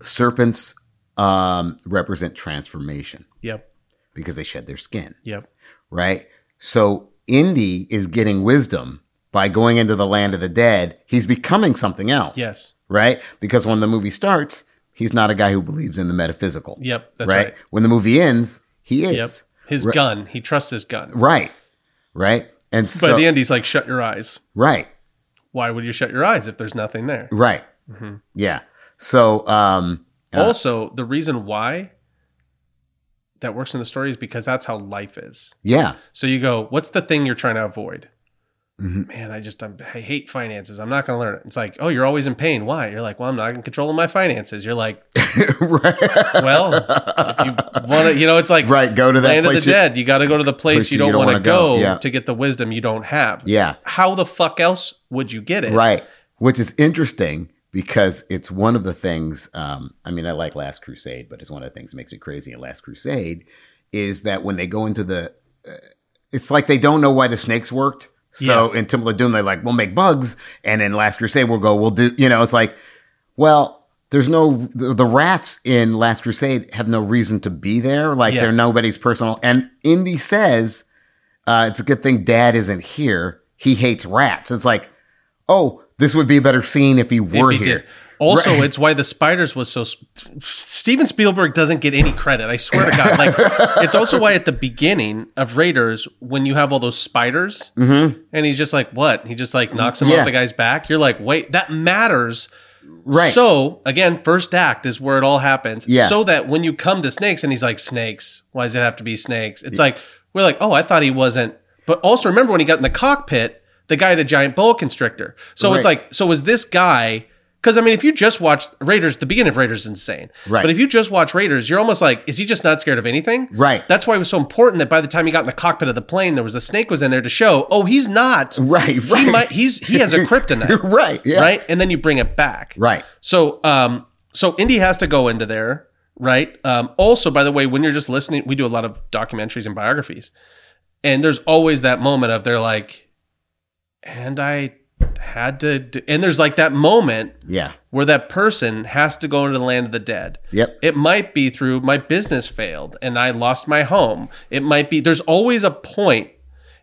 S1: serpents um, represent transformation
S2: Yep.
S1: because they shed their skin.
S2: Yep.
S1: right? So Indy is getting wisdom by going into the land of the dead. He's becoming something else.
S2: Yes.
S1: Right? Because when the movie starts, he's not a guy who believes in the metaphysical.
S2: Yep. That's
S1: right?
S2: right.
S1: When the movie ends, he
S2: Yep.
S1: is.
S2: His
S1: Right.
S2: gun. He trusts his gun.
S1: Right. Right. And
S2: But
S1: so
S2: at the end, he's like, "Shut your eyes."
S1: Right.
S2: Why would you shut your eyes if there's nothing there?
S1: Right.
S2: Mhm.
S1: Yeah. So um uh,
S2: also, the reason why that works in the story is because that's how life is.
S1: yeah.
S2: So you go, "What's the thing you're trying to avoid?"
S1: Mhm.
S2: Man, I just I'm, I hate finances. I'm not going to learn it. It's like, oh, you're always in pain. Why? You're like, well, I'm not in control of my finances. You're like,
S1: right.
S2: well, if you want to, you know, it's like
S1: right, go to that
S2: land of
S1: place.
S2: the
S1: you-
S2: dead. You got to go to the place you don't, want to
S1: wanna go.
S2: go,
S1: Yeah.
S2: to get the wisdom you don't have.
S1: Yeah.
S2: How the fuck else would you get it?
S1: Right. Which is interesting because it's one of the things. Um, I mean, I like Last Crusade, but it's one of the things that makes me crazy in Last Crusade is that when they go into the, uh, it's like they don't know why the snakes worked. So in Temple of Doom, they're like, we'll make bugs. And in Last Crusade, we'll go, we'll do, you know, it's like, well, there's no, the, the rats in Last Crusade have no reason to be there. Like
S2: Yeah.
S1: they're nobody's personal. And Indy says, uh, it's a good thing dad isn't here. He hates rats. It's like, oh, this would be a better scene if he were
S2: If he
S1: here.
S2: did. Also,
S1: Right.
S2: it's why the spiders was so. sp- Steven Spielberg doesn't get any credit. I swear to God. Like, it's also why at the beginning of Raiders, when you have all those spiders,
S1: Mhm.
S2: and he's just like, "What?" He just like knocks him
S1: Yeah.
S2: off the guy's back. You're like, "Wait, that matters."
S1: Right.
S2: So again, first act is where it all happens.
S1: Yeah.
S2: So that when you come to snakes, and he's like, "Snakes? Why does it have to be snakes?" It's like we're like, "Oh, I thought he wasn't." But also remember when he got in the cockpit, the guy had a giant boa constrictor. So it's
S1: Right.
S2: like, so was this guy? Because I mean, if you just watch Raiders, the beginning of Raiders is insane.
S1: Right.
S2: But if you just watch Raiders, you're almost like, is he just not scared of anything?
S1: Right.
S2: That's why it was so important that by the time he got in the cockpit of the plane, there was a snake was in there to show, oh, he's not.
S1: right. Right.
S2: He might. He's he has a kryptonite,
S1: right. Yeah.
S2: right? And then you bring it back.
S1: Right.
S2: So, um, so Indy has to go into there, right? Um, also, by the way, when you're just listening, we do a lot of documentaries and biographies, and there's always that moment of they're like, and I had to, do, and there's like that moment
S1: Yeah.
S2: where that person has to go into the land of the dead.
S1: Yep.
S2: It might be through my business failed and I lost my home. It might be there's always a point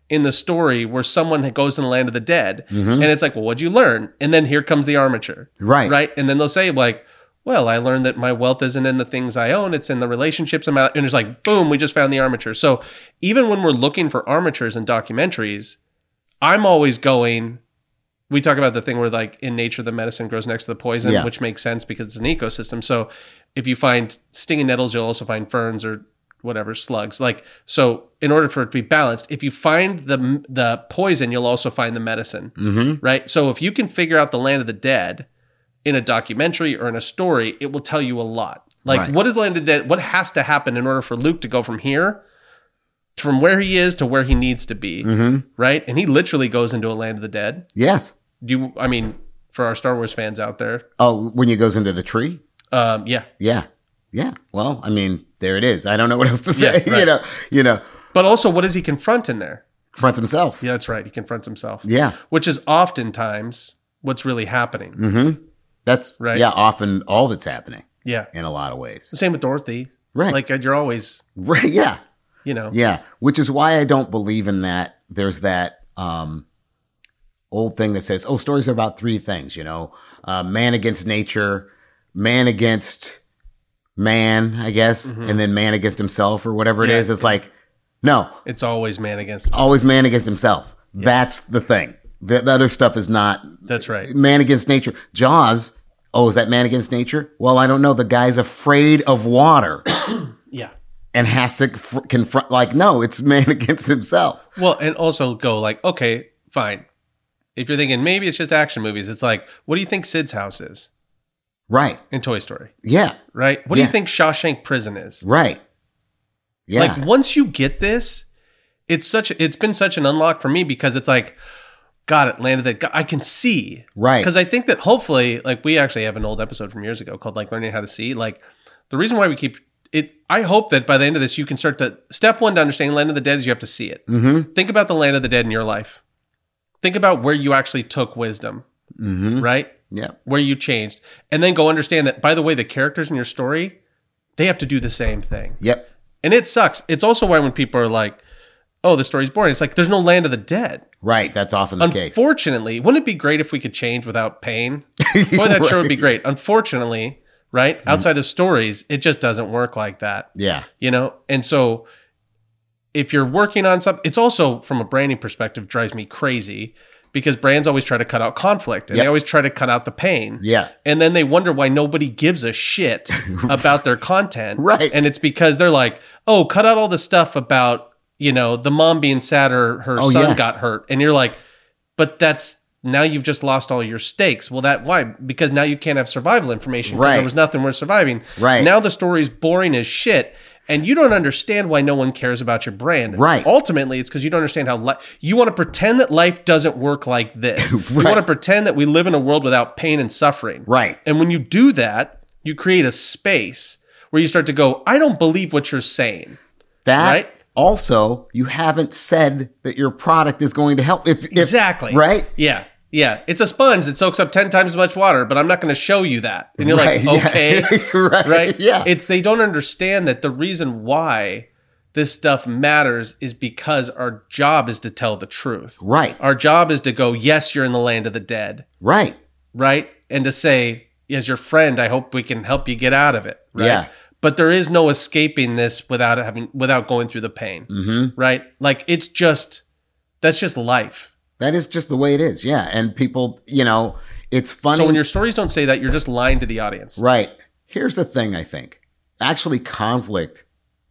S2: in the story where someone goes in the land of the dead and it's like, well, what'd you learn? And then here comes the armature
S1: Right.
S2: right? And then they'll say like, "Well, I learned that my wealth isn't in the things I own; it's in the relationships I'm out." And it's like, boom, we just found the armature. So even when we're looking for armatures in documentaries, I'm always going. We talk about the thing where like in nature the medicine grows next to the poison,
S1: Yeah.
S2: which makes sense because it's an ecosystem. So if you find stinging nettles, you'll also find ferns or whatever slugs. Like so, in order for it to be balanced, if you find the the poison, you'll also find the medicine
S1: Mm-hmm.
S2: right? So if you can figure out the land of the dead in a documentary or in a story, it will tell you a lot. Like
S1: Right.
S2: what is land of the dead? What has to happen in order for Luke to go from here, to from where he is to where he needs to be,
S1: Mm-hmm.
S2: right? And he literally goes into a land of the dead.
S1: Yes.
S2: Do you, I mean for our Star Wars fans out there?
S1: Oh, when he goes into the tree.
S2: Um, yeah,
S1: Yeah. Yeah. Well, I mean, there it is. I don't know what else to
S2: Yeah,
S1: say.
S2: right.
S1: You know. You know.
S2: but also what does he confront in there?
S1: Confronts himself.
S2: Yeah, that's right. He confronts himself,
S1: Yeah.
S2: which is oftentimes what's really happening.
S1: Mm-hmm. That's
S2: Right.
S1: right. Yeah. Often, all that's happening
S2: Yeah,
S1: in a lot of ways.
S2: the same with Dorothy.
S1: Right.
S2: Like you're always,
S1: Right. Yeah.
S2: you know,
S1: Yeah, which is why I don't believe in that. There's that um, old thing that says, "Oh, stories are about three things," you know, uh, man against nature, man against man, I guess, and then man against himself or whatever it
S2: Mm-hmm. Yeah.
S1: is. It's like, no,
S2: it's always man against.
S1: always man against himself. That's the thing. The, the other stuff is not
S2: That's right.
S1: man against nature. Jaws. Oh, is that man against nature? Well, I don't know. The guy's afraid of water
S2: Yeah.
S1: and has to f- confront. Like, no, it's man against himself.
S2: Well, and also go like, okay, fine. If you're thinking maybe it's just action movies, it's like, what do you think Sid's house is
S1: Right.
S2: in Toy Story?
S1: Yeah.
S2: Right? What do
S1: Yeah.
S2: you think Shawshank Prison is?
S1: Right. Yeah.
S2: Like once you get this, it's such it's been such an unlock for me because it's like, got it, landed that I can see.
S1: right.
S2: Because I think that hopefully, like we actually have an old episode from years ago called like learning how to see. Like the reason why we keep it I hope that by the end of this you can start to step one to understanding land of the dead is you have to see it.
S1: Mm-hmm.
S2: think about the land of the dead in your life. Think about where you actually took wisdom,
S1: Mm-hmm.
S2: right?
S1: Yeah.
S2: Where you changed. And then go understand that, by the way, the characters in your story, they have to do the same thing.
S1: Yep.
S2: And it sucks. It's also why when people are like, oh, the story's boring, it's like there's no land of the dead.
S1: Right. That's often the case.
S2: Unfortunately, wouldn't it be great if we could change without pain? Boy, that sure would be great. Unfortunately, right? Outside of stories, it just doesn't work like that
S1: Yeah.
S2: you know and so if you're working on something it's also from a branding perspective drives me crazy because brands always try to cut out conflict and they
S1: Yep.
S2: always try to cut out the pain
S1: Yeah.
S2: and then they wonder why nobody gives a shit about their content
S1: Right.
S2: and it's because they're like oh cut out all the stuff about you know the mom being sad or her
S1: Oh,
S2: son
S1: yeah.
S2: got hurt and you're like but that's now you've just lost all your stakes well that why because now you can't have survival information 'cause there
S1: Right.
S2: was nothing worth surviving
S1: Right.
S2: now the story's boring as shit, and you don't understand why no one cares about your brand.
S1: Right.
S2: Ultimately, it's because you don't understand how li- you want to pretend that life doesn't work like this. You
S1: Right.
S2: want to pretend that we live in a world without pain and suffering.
S1: Right.
S2: And when you do that, you create a space where you start to go, I don't believe what you're saying.
S1: That
S2: Right.
S1: also, you haven't said that your product is going to help. If, if
S2: Exactly.
S1: Right.
S2: Yeah. Yeah. It's a sponge that soaks up 10 times as much water, but I'm not going to show you that. And you're
S1: right.
S2: like, okay.
S1: Yeah. right.
S2: right?
S1: Yeah.
S2: It's they don't understand that the reason why this stuff matters is because our job is to tell the truth.
S1: right.
S2: Our job is to go, yes, you're in the land of the dead,
S1: Right.
S2: right? And to say, as your friend, I hope we can help you get out of it. Right?
S1: Yeah.
S2: But there is no escaping this without having without going through the pain,
S1: Mm-hmm.
S2: right? Like it's just that's just life.
S1: That is just the way it is. Yeah. And people, you know, it's funny.
S2: So when your stories don't say that, you're just lying to the audience.
S1: Right. Here's the thing I think. Actually, conflict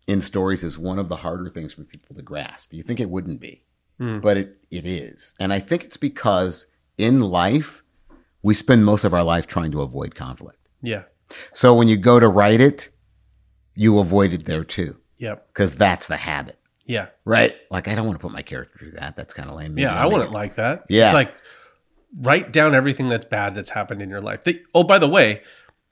S1: in stories is one of the harder things for people to grasp. You think it wouldn't be,
S2: Mm.
S1: but it, it is. And I think it's because in life, we spend most of our life trying to avoid conflict.
S2: Yeah.
S1: So when you go to write it, you avoid it there too,
S2: Yep.
S1: because that's the habit,
S2: Yeah.
S1: right? Like, I don't want to put my character through that. That's kind of lame. Maybe
S2: Yeah.
S1: I'll
S2: I
S1: make
S2: wouldn't
S1: it-
S2: like that.
S1: Yeah.
S2: It's like write down everything that's bad that's happened in your life. They, oh, by the way,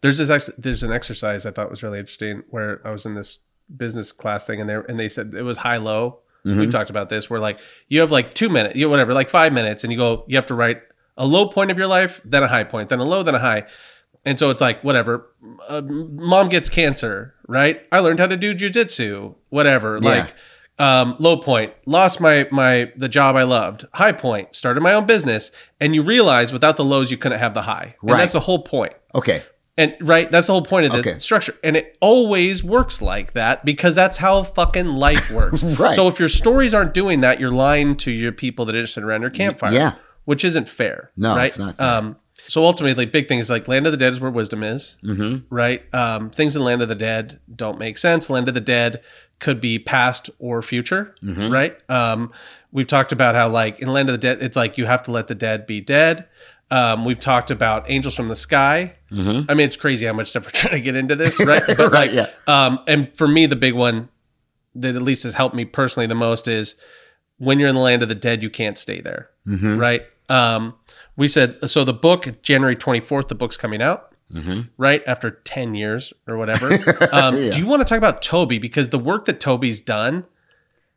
S2: there's this ex- there's an exercise I thought was really interesting where I was in this business class thing and there and they said it was high low.
S1: Mhm.
S2: We've talked about this where like you have like two minutes, you know, whatever, like five minutes, and you go you have to write a low point of your life, then a high point, then a low, then a high. And so it's like whatever. Uh, mom gets cancer, right? I learned how to do jujitsu, whatever.
S1: Yeah.
S2: Like um, low point, lost my my the job I loved. High point, started my own business, and you realize without the lows you couldn't have the high.
S1: Right.
S2: And that's the whole point.
S1: Okay.
S2: And right, that's the whole point of the
S1: Okay.
S2: structure. And it always works like that because that's how fucking life works.
S1: Right.
S2: So if your stories aren't doing that, you're lying to your people that are just around your campfire.
S1: yeah.
S2: Which isn't fair.
S1: No,
S2: right?
S1: it's not fair.
S2: Um so ultimately big things like Land of the Dead is where wisdom is
S1: hmm
S2: right? Um, things in Land of the Dead don't make sense. Land of the Dead could be past or future,
S1: Mhm.
S2: right? Um, we've talked about how, like, in Land of the Dead, it's like you have to let the dead be dead. Um, we've talked about Angels from the Sky.
S1: hmm
S2: I mean, it's crazy how much stuff we're trying to get into this, right? But,
S1: Right,
S2: like,
S1: yeah.
S2: um, and for me, the big one that at least has helped me personally the most is when you're in the Land of the Dead, you can't stay there,
S1: hmm
S2: right? Um, we said, so the book, January 24th, the book's coming out
S1: hmm
S2: right after 10 years or whatever um,
S1: Yeah.
S2: do you want to talk about toby because the work that toby's done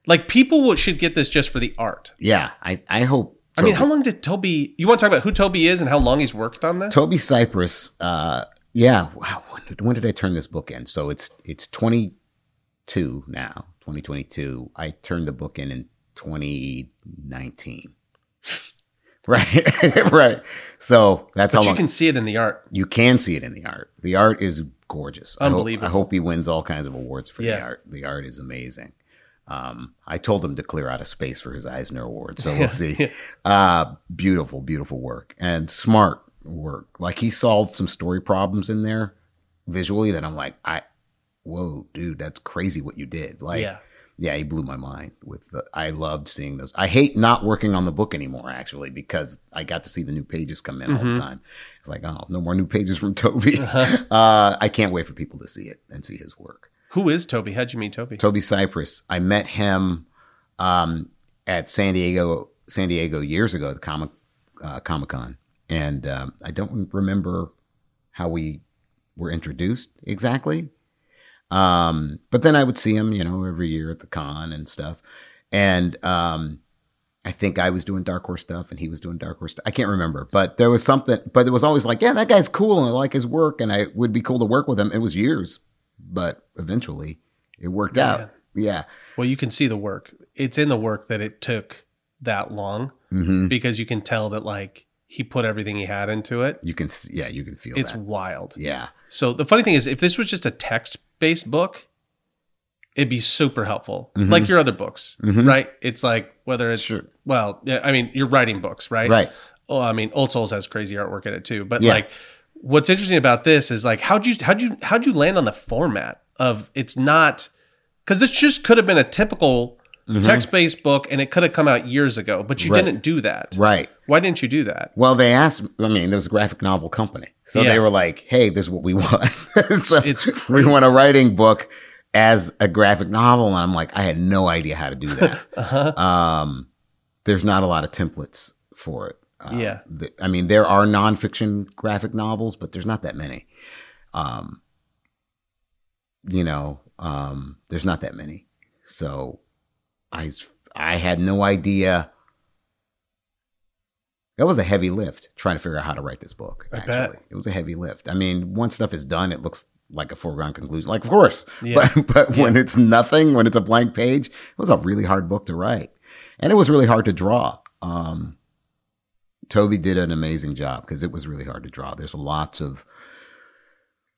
S2: like people would- should get this just for the art
S1: Yeah. I, I hope.
S2: i mean how long did toby you want to talk about who toby is and how long he's worked on this
S1: Toby Cypress. Uh, yeah. Wow. When did, when did I turn this book in? So it's it's 22 now, 2022. I turned the book in in 2019. Right. right. So that's
S2: but
S1: how
S2: you
S1: long
S2: can see it in the art
S1: you can see it in the art. The art is gorgeous. I hope-
S2: Unbelievable.
S1: I hope, he wins all kinds of awards for the
S2: Yeah.
S1: art. The art is amazing. Um, I told him to clear out a space for his Eisner Award, so
S2: Yeah,
S1: we'll see.
S2: yeah.
S1: Uh, beautiful, beautiful work and smart work. Like he solved some story problems in there visually that I'm like, I, whoa, dude, that's crazy what you did. Like,
S2: yeah
S1: yeah, he blew my mind with the. I loved seeing those. I hate not working on the book anymore, actually, because I got to see the new pages come in all the
S2: Mhm.
S1: time. It's like, oh, no more new pages from Toby. Uh, I can't wait for people to see it and see his work.
S2: who is toby how'd you meet toby
S1: Toby Cypress. I met him um, at San Diego, San Diego years ago, the comic uh, Comic Con, and um, I don't remember how we were introduced exactly. Um, but then I would see him, you know, every year at the con and stuff, and um, I think I was doing Dark Horse stuff and he was doing Dark Horse stuff. I can't remember, but there was something. But it was always like, yeah, that guy's cool and I like his work, and I it would be cool to work with him. It was years, but eventually it worked
S2: Yeah.
S1: out. Yeah.
S2: well you can see the work it's in the work that it took that long
S1: hmm
S2: because you can tell that like he put everything he had into it
S1: You can, s- yeah, you can feel
S2: it's
S1: that.
S2: wild
S1: Yeah.
S2: So the funny thing is, if this was just a text-based book, it'd be super helpful,
S1: Mhm.
S2: like your other books,
S1: Mhm.
S2: right? It's like whether it's
S1: Sure.
S2: well, yeah, I mean, you're writing books, right?
S1: Right.
S2: Oh, I mean, Old Souls has crazy artwork in it too, but
S1: Yeah.
S2: like, what's interesting about this is like, how'd you how'd you how'd you land on the format of it's not because this just could have been a typical
S1: Mhm.
S2: text-based book and it could have come out years ago, but you
S1: Right.
S2: didn't do that.
S1: Right.
S2: Why didn't you do that?
S1: Well, they asked. I mean, there was a graphic novel company, so
S2: Yeah.
S1: they were like, "Hey, this is what we want. so
S2: It's
S1: we want a writing book as a graphic novel." And I'm like, I had no idea how to do that.
S2: Uh-huh.
S1: um, there's not a lot of templates for it. Um,
S2: Yeah.
S1: th- I mean, there are nonfiction graphic novels, but there's not that many. Um, you know, um, there's not that many. So I, I had no idea. That was a heavy lift trying to figure out how to write this book.
S2: I
S1: Actually,
S2: bet.
S1: it was a heavy lift. I mean, once stuff is done, it looks like a foregone conclusion. Like, of course,
S2: Yeah.
S1: but but when it's nothing, when it's a blank page, it was a really hard book to write, and it was really hard to draw. Um, Toby did an amazing job because it was really hard to draw. There's lots of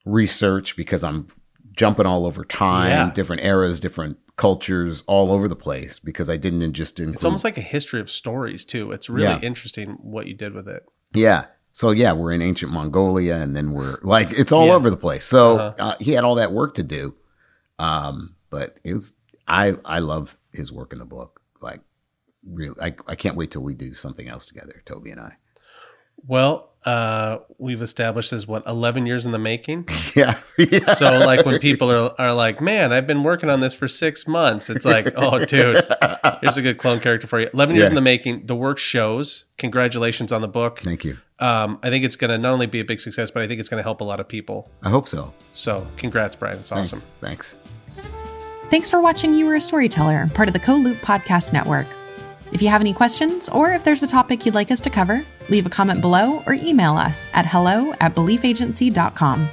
S1: research because I'm jumping all over time,
S2: Yeah.
S1: different eras, different cultures, all over the place because I didn't just include.
S2: It's almost like a history of stories too. It's really
S1: Yeah.
S2: interesting what you did with it.
S1: yeah. So yeah, we're in ancient Mongolia, and then we're like it's all
S2: Yeah.
S1: over the place. So uh
S2: Uh-huh.
S1: he had all that work to do, um, but it was I I love his work in the book. Like really, I I can't wait till we do something else together, Toby and I.
S2: Well, uh, we've established this what eleven years in the making.
S1: Yeah. yeah.
S2: So like when people are are like, "Man, I've been working on this for six months," it's like, "Oh, dude, here's a good clone character for you." Eleven
S1: Yeah.
S2: years in the making. The work shows. Congratulations on the book.
S1: Thank you.
S2: Um, I think it's going to not only be a big success, but I think it's going to help a lot of people.
S1: I hope so.
S2: So, congrats, Brian. It's awesome.
S1: Thanks. Thanks.
S3: Thanks for watching You Were a Storyteller, part of the Co Loop Podcast Network. If you have any questions or if there's a topic you'd like us to cover, leave a comment below or email us at hello at beliefagency.com.